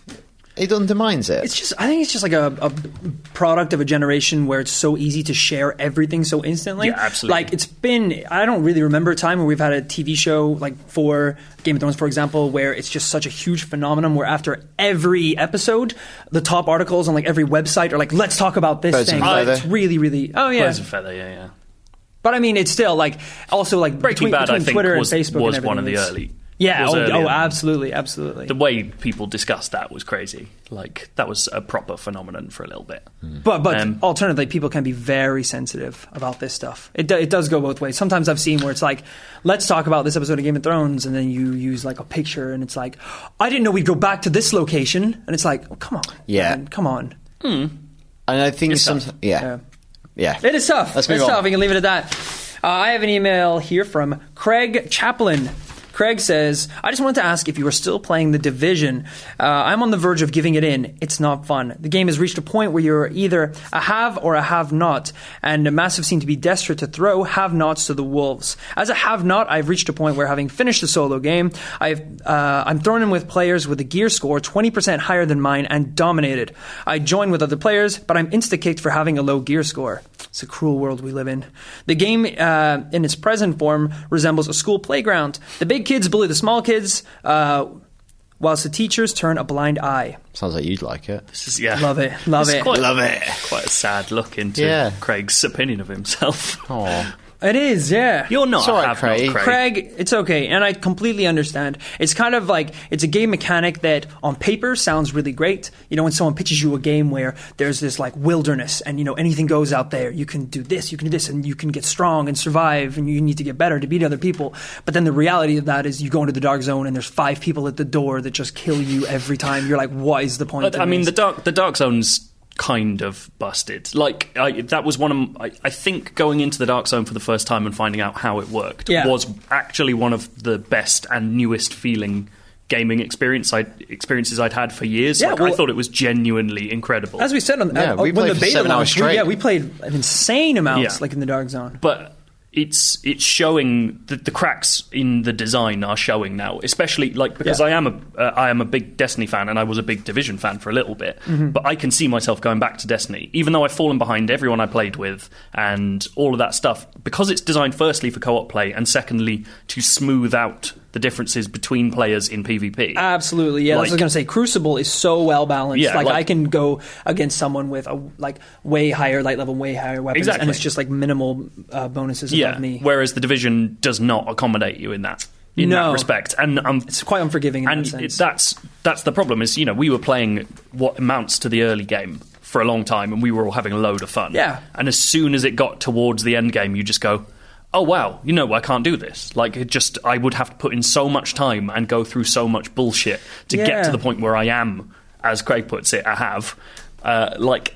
It undermines it. It's just I think it's just like a, a product of a generation where it's so easy to share everything so instantly. Yeah, absolutely. Like it's been I don't really remember a time where we've had a TV show like for Game of Thrones, for example, where it's just such a huge phenomenon where after every episode, the top articles on like every website are like, let's talk about this Birds of thing. a feather. it's really, really oh yeah. Birds of a feather, yeah, yeah. But I mean, it's still like also like between, Breaking Bad, between I think, Twitter was, and Facebook was and one of the everything, it's- early. Yeah. was Oh, early oh, on. absolutely, absolutely. The way people discussed that was crazy. Like that was a proper phenomenon for a little bit. Hmm. But but Um, alternatively, people can be very sensitive about this stuff. It do, it does go both ways. Sometimes I've seen where it's like, let's talk about this episode of Game of Thrones, and then you use like a picture, and it's like, I didn't know we'd go back to this location, and it's like, oh, come on, Yeah. man, come on. and I think some, tough. yeah, yeah, It is tough. Let's move it's on. tough. We can leave it at that. Uh, I have an email here from Craig Chaplin. Craig says, I just wanted to ask if you are still playing The Division. Uh, I'm on the verge of giving it in. It's not fun. The game has reached a point where you're either a have or a have not, and the Massive seem to be desperate to throw have nots to the Wolves. As a have not, I've reached a point where having finished the solo game, I've, uh, I'm thrown in with players with a gear score 20% higher than mine and dominated. I join with other players, but I'm insta kicked for having a low gear score. It's a cruel world we live in. The game, uh, in its present form, resembles a school playground. The big kids bully the small kids, uh, whilst the teachers turn a blind eye. sounds like you'd like it. This is, yeah, Love it, love It's it. Quite, Love it. Quite a sad look into Yeah. Craig's opinion of himself. *laughs* Aw. It is, yeah. You're not It's all right, a have not Craig. Craig. Craig, it's okay, and I completely understand. It's kind of like it's a game mechanic that on paper sounds really great. You know, when someone pitches you a game where there's this like wilderness, and you know anything goes out there, you can do this, you can do this, and you can get strong and survive, and you need to get better to beat other people. But then the reality of that is you go into the dark zone, and there's five people at the door that just kill you every time. You're like, what is the point? But, of I mean, this? the dark the dark zone's kind of busted. Like I, that was one of I, I think going into the dark zone for the first time and finding out how it worked Yeah. was actually one of the best and newest feeling gaming experience I experiences I'd had for years. Yeah, like, well- I thought it was genuinely incredible. as we said on Yeah, uh, we when played the for beta seven hours launched, we- straight. yeah, we played an insane amount, Yeah. like in the dark zone. but it's it's showing the, the cracks in the design are showing now, especially like because Yeah. I am a uh, I am a big Destiny fan and I was a big Division fan for a little bit, Mm-hmm. but I can see myself going back to Destiny, even though I've fallen behind everyone I played with and all of that stuff because it's designed firstly for co-op play and secondly to smooth out the differences between players in PvP. Absolutely, yeah. that's what I was Like- going to say. Crucible is so well balanced. Yeah, like, like- I can go against someone with a like way higher light level, way higher weapons, and Exactly. it's just like minimal uh, bonuses yeah, above me. whereas the Division does not accommodate you in that in No. that respect, and um, it's quite unforgiving in and that sense. it- that's that's the problem is you know we were playing what amounts to the early game for a long time and we were all having a load of fun Yeah. and as soon as it got towards the end game you just go oh wow you know i can't do this like it just i would have to put in so much time and go through so much bullshit to Yeah. get to the point where i am as craig puts it i have uh, like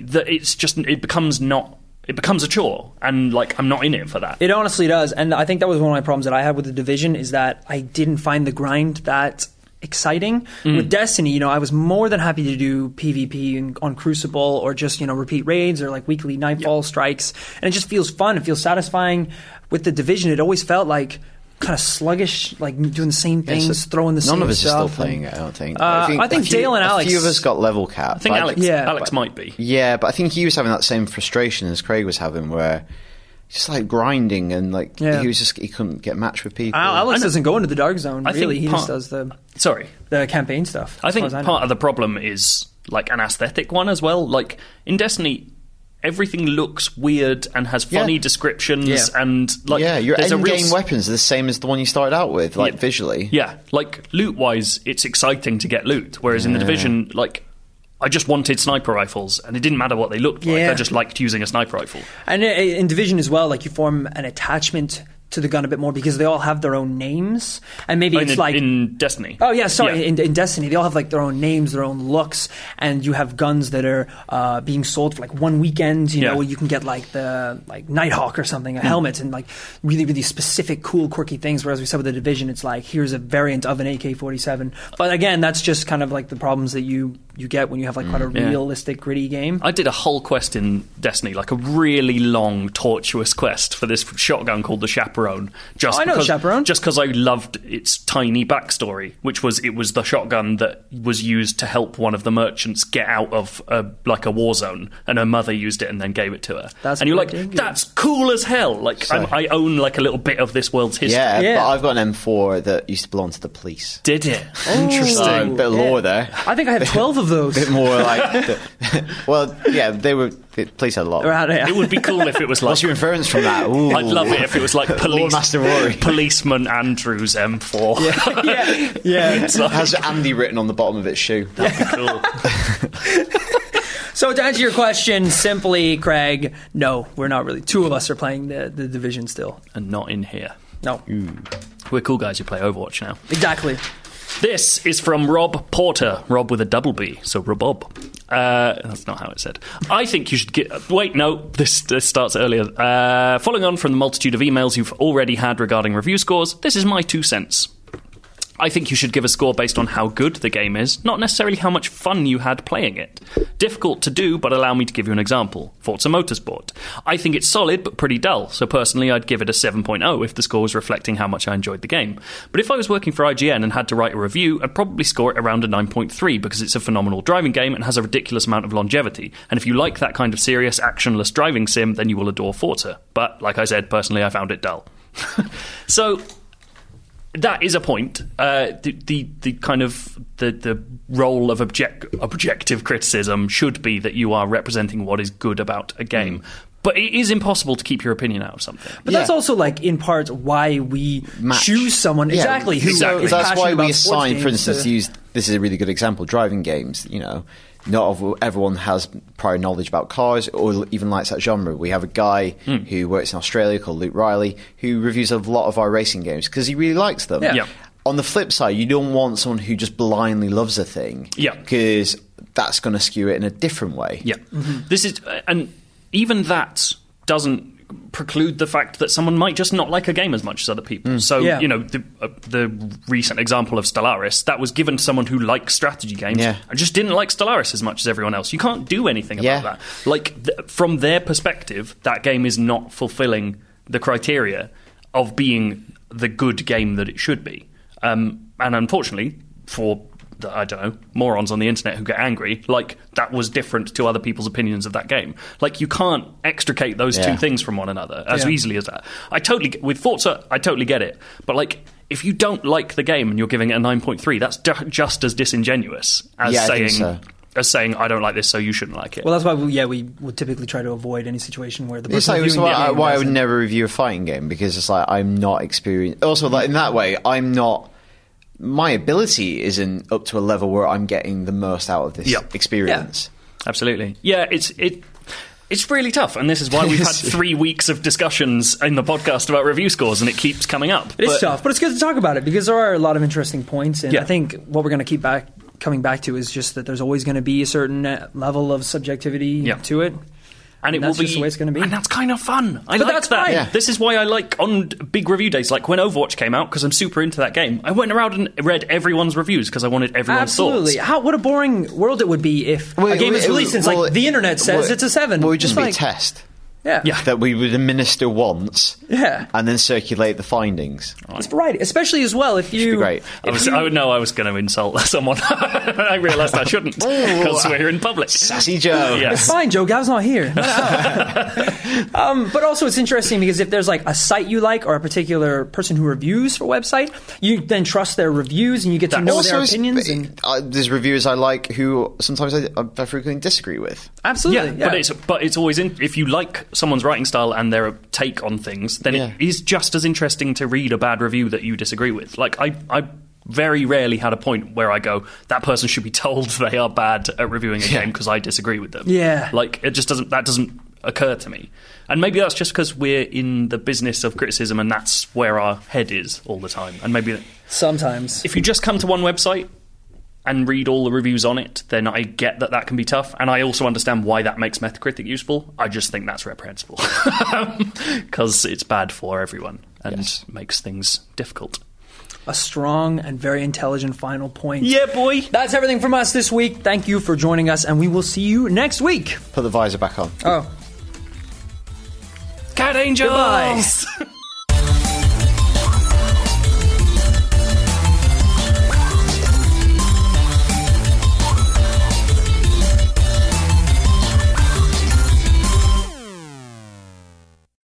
that it's just it becomes not it becomes a chore and like i'm not in it for that It honestly does, and I think that was one of my problems that I had with the division is that I didn't find the grind that exciting. Hmm. With Destiny, you know, I was more than happy to do PvP in- on Crucible or just you know repeat raids or like weekly nightfall strikes, and it just feels fun. It feels satisfying. With the division, it always felt like kind of sluggish, like doing the same things, throwing the same None of us stuff. are still playing and- it. I don't think. Uh, I think a few- Dale and Alex- A few of us got level cap. i think alex yeah. alex might be Yeah, but I think he was having that same frustration as Craig was having, where just like grinding and like Yeah. he was just he couldn't get matched with people. Al- Alex doesn't go into the dark zone. I think really, he just part- does the sorry the campaign stuff. I as far think as know. part of the problem is like an aesthetic one as well. Like in Destiny, everything looks weird and has funny Yeah. descriptions Yeah. and like yeah, your there's end a real game s- weapons are the same as the one you started out with, like Yeah. visually. Yeah, like loot wise, it's exciting to get loot. Whereas in the division, like. I just wanted sniper rifles, and it didn't matter what they looked like. Yeah. I just liked using a sniper rifle. And i- in Division as well, like you form an attachment to the gun a bit more because they all have their own names, and maybe Oh, In, it's like. in Destiny. Oh yeah, sorry. Yeah. In, in Destiny, they all have like their own names, their own looks, and you have guns that are uh, being sold for like one weekend. You Yeah. Hmm. know, you can get like the like Nighthawk or something, a helmet, and like really, really specific, cool, quirky things. Whereas we said with the Division, it's like here's a variant of an AK-47. But again, that's just kind of like the problems that you you get when you have like quite a Hmm, yeah. realistic, gritty game. I did a whole quest in Destiny, like a really long, tortuous quest for this shotgun called the Chaperone. Just Oh, I know the because, Chaperone. Just because I loved its tiny backstory, which was it was the shotgun that was used to help one of the merchants get out of a, like a war zone, and her mother used it and then gave it to her. That's and you're like, ridiculous. that's cool as hell. Like I'm, I own like a little bit of this world's history. Yeah, Yeah. but I've got an M4 that used to belong to the police. Did *laughs* it? So, Interesting. Uh, bit of lore there. I think I have twelve of *laughs* those. bit more like. The, *laughs* well, yeah, they were. The police had a lot. around here. It would be cool if it was like What's your inference from that? Ooh. I'd love it if it was like police, Master Rory. policeman Andrews M4. yeah, *laughs* yeah. It's like- Has Andy written on the bottom of its shoe? *laughs* cool. So to answer your question, simply, Craig, no, we're not really. Two of us are playing the, the division still. and not in here. No, Mm. We're cool guys who play Overwatch now. exactly. This is from Rob Porter. Rob with a double B, so Robob. Uh, that's not how it said. I think you should get. Wait, no, this, this starts earlier. Uh, following on from the multitude of emails you've already had regarding review scores, this is my two cents. I think you should give a score based on how good the game is, not necessarily how much fun you had playing it. Difficult to do, but allow me to give you an example Forza Motorsport. I think it's solid, but pretty dull, so personally I'd give it a 7.0 if the score was reflecting how much I enjoyed the game. But if I was working for IGN and had to write a review, I'd probably score it around a 9.3 because it's a phenomenal driving game and has a ridiculous amount of longevity. And if you like that kind of serious, actionless driving sim, then you will adore Forza. But like I said, personally I found it dull. *laughs* so that is a point. Uh, the, the the kind of the the role of object objective criticism should be that you are representing what is good about a game. But it is impossible to keep your opinion out of something. But that's Yeah. also like in part why we Match. choose someone Yeah, exactly who exactly. is That's passionate why we about sports assign, for games instance, to- use this is a really good example. Driving games, you know, not of, everyone has prior knowledge about cars or even likes that genre. We have a guy Hmm. who works in Australia called Luke Riley who reviews a lot of our racing games because he really likes them. Yeah. Yeah. On the flip side, you don't want someone who just blindly loves a thing. Yeah. because that's going to skew it in a different way. Yeah. This is, uh, and even that doesn't preclude the fact that someone might just not like a game as much as other people. So, Yeah. you know, the, uh, the recent example of Stellaris, that was given to someone who likes strategy games Yeah. and just didn't like Stellaris as much as everyone else. You can't do anything about Yeah. that. Like, th- from their perspective, that game is not fulfilling the criteria of being the good game that it should be. Um, and unfortunately, for the, I don't know morons on the internet who get angry, like that was different to other people's opinions of that game. Like you can't extricate those Yeah. two things from one another as Yeah. easily as that. I totally get- with Forza, I totally get it, but like. If you don't like the game and you're giving it a 9.3, that's ju- just as disingenuous as Yeah, I saying think so. as saying I don't like this, so you shouldn't like it. Well, that's why we, yeah we would typically try to avoid any situation where the It's person like it's reviewing the why, I, game why I would doesn't- never review a fighting game because it's like I'm not experienced. Also, like in that way, I'm not. My ability isn't up to a level where I'm getting the most out of this Yeah. experience. Absolutely. Yeah, it's it it's really tough, and this is why we've *laughs* had three weeks of discussions in the podcast about review scores, and it keeps coming up. It is But- tough, but it's good to talk about it because there are a lot of interesting points, and Yeah. I think what we're going to keep back coming back to is just that there's always going to be a certain uh, level of subjectivity Yeah. to it. and it that's will be just the way it's gonna be. and that's kind of fun. I But like that's that. fine. Yeah. This is why I like on big review days, like when Overwatch came out, because I'm super into that game. I went around and read everyone's reviews because I wanted everyone's Absolutely. thoughts. How what a boring world it would be if a game is released and it's like the internet says it's a seven. Well, it would just It's be like- a test Yeah. Yeah. that we would administer once, Yeah. and then circulate the findings. It's variety, especially as well if you. Be great. I was, I would know I was going to insult *laughs* someone. I realised I shouldn't *laughs* Oh. because we're in public. Sassy Joe. Yeah. It's fine, Joe Gav's not *laughs* here. No, no. um, but also, it's interesting because if there's like a site you like or a particular person who reviews for a website, you then trust their reviews and you get to That know Also, their it's- opinions. And, uh, there's reviewers I like who sometimes I, I frequently disagree with. Yeah, absolutely. but it's but it's always in, if you like someone's writing style and their take on things, then Yeah. it is just as interesting to read a bad review that you disagree with. Like I, I very rarely had a point where I go, that person should be told *laughs* they are bad at reviewing a game because I disagree with them. Yeah. like it just doesn't that doesn't occur to me. And maybe that's just because we're in the business of criticism and that's where our head is all the time. And maybe sometimes. if you just come to one website and read all the reviews on it, then I get that that can be tough, and I also understand why that makes Metacritic useful. I just think that's reprehensible *laughs* because it's bad for everyone and Yes. makes things difficult. a strong and very intelligent final point. Yeah, boy. That's everything from us this week. Thank you for joining us, and we will see you next week. Oh. Put the visor back on. Oh. Cat angels. Goodbye.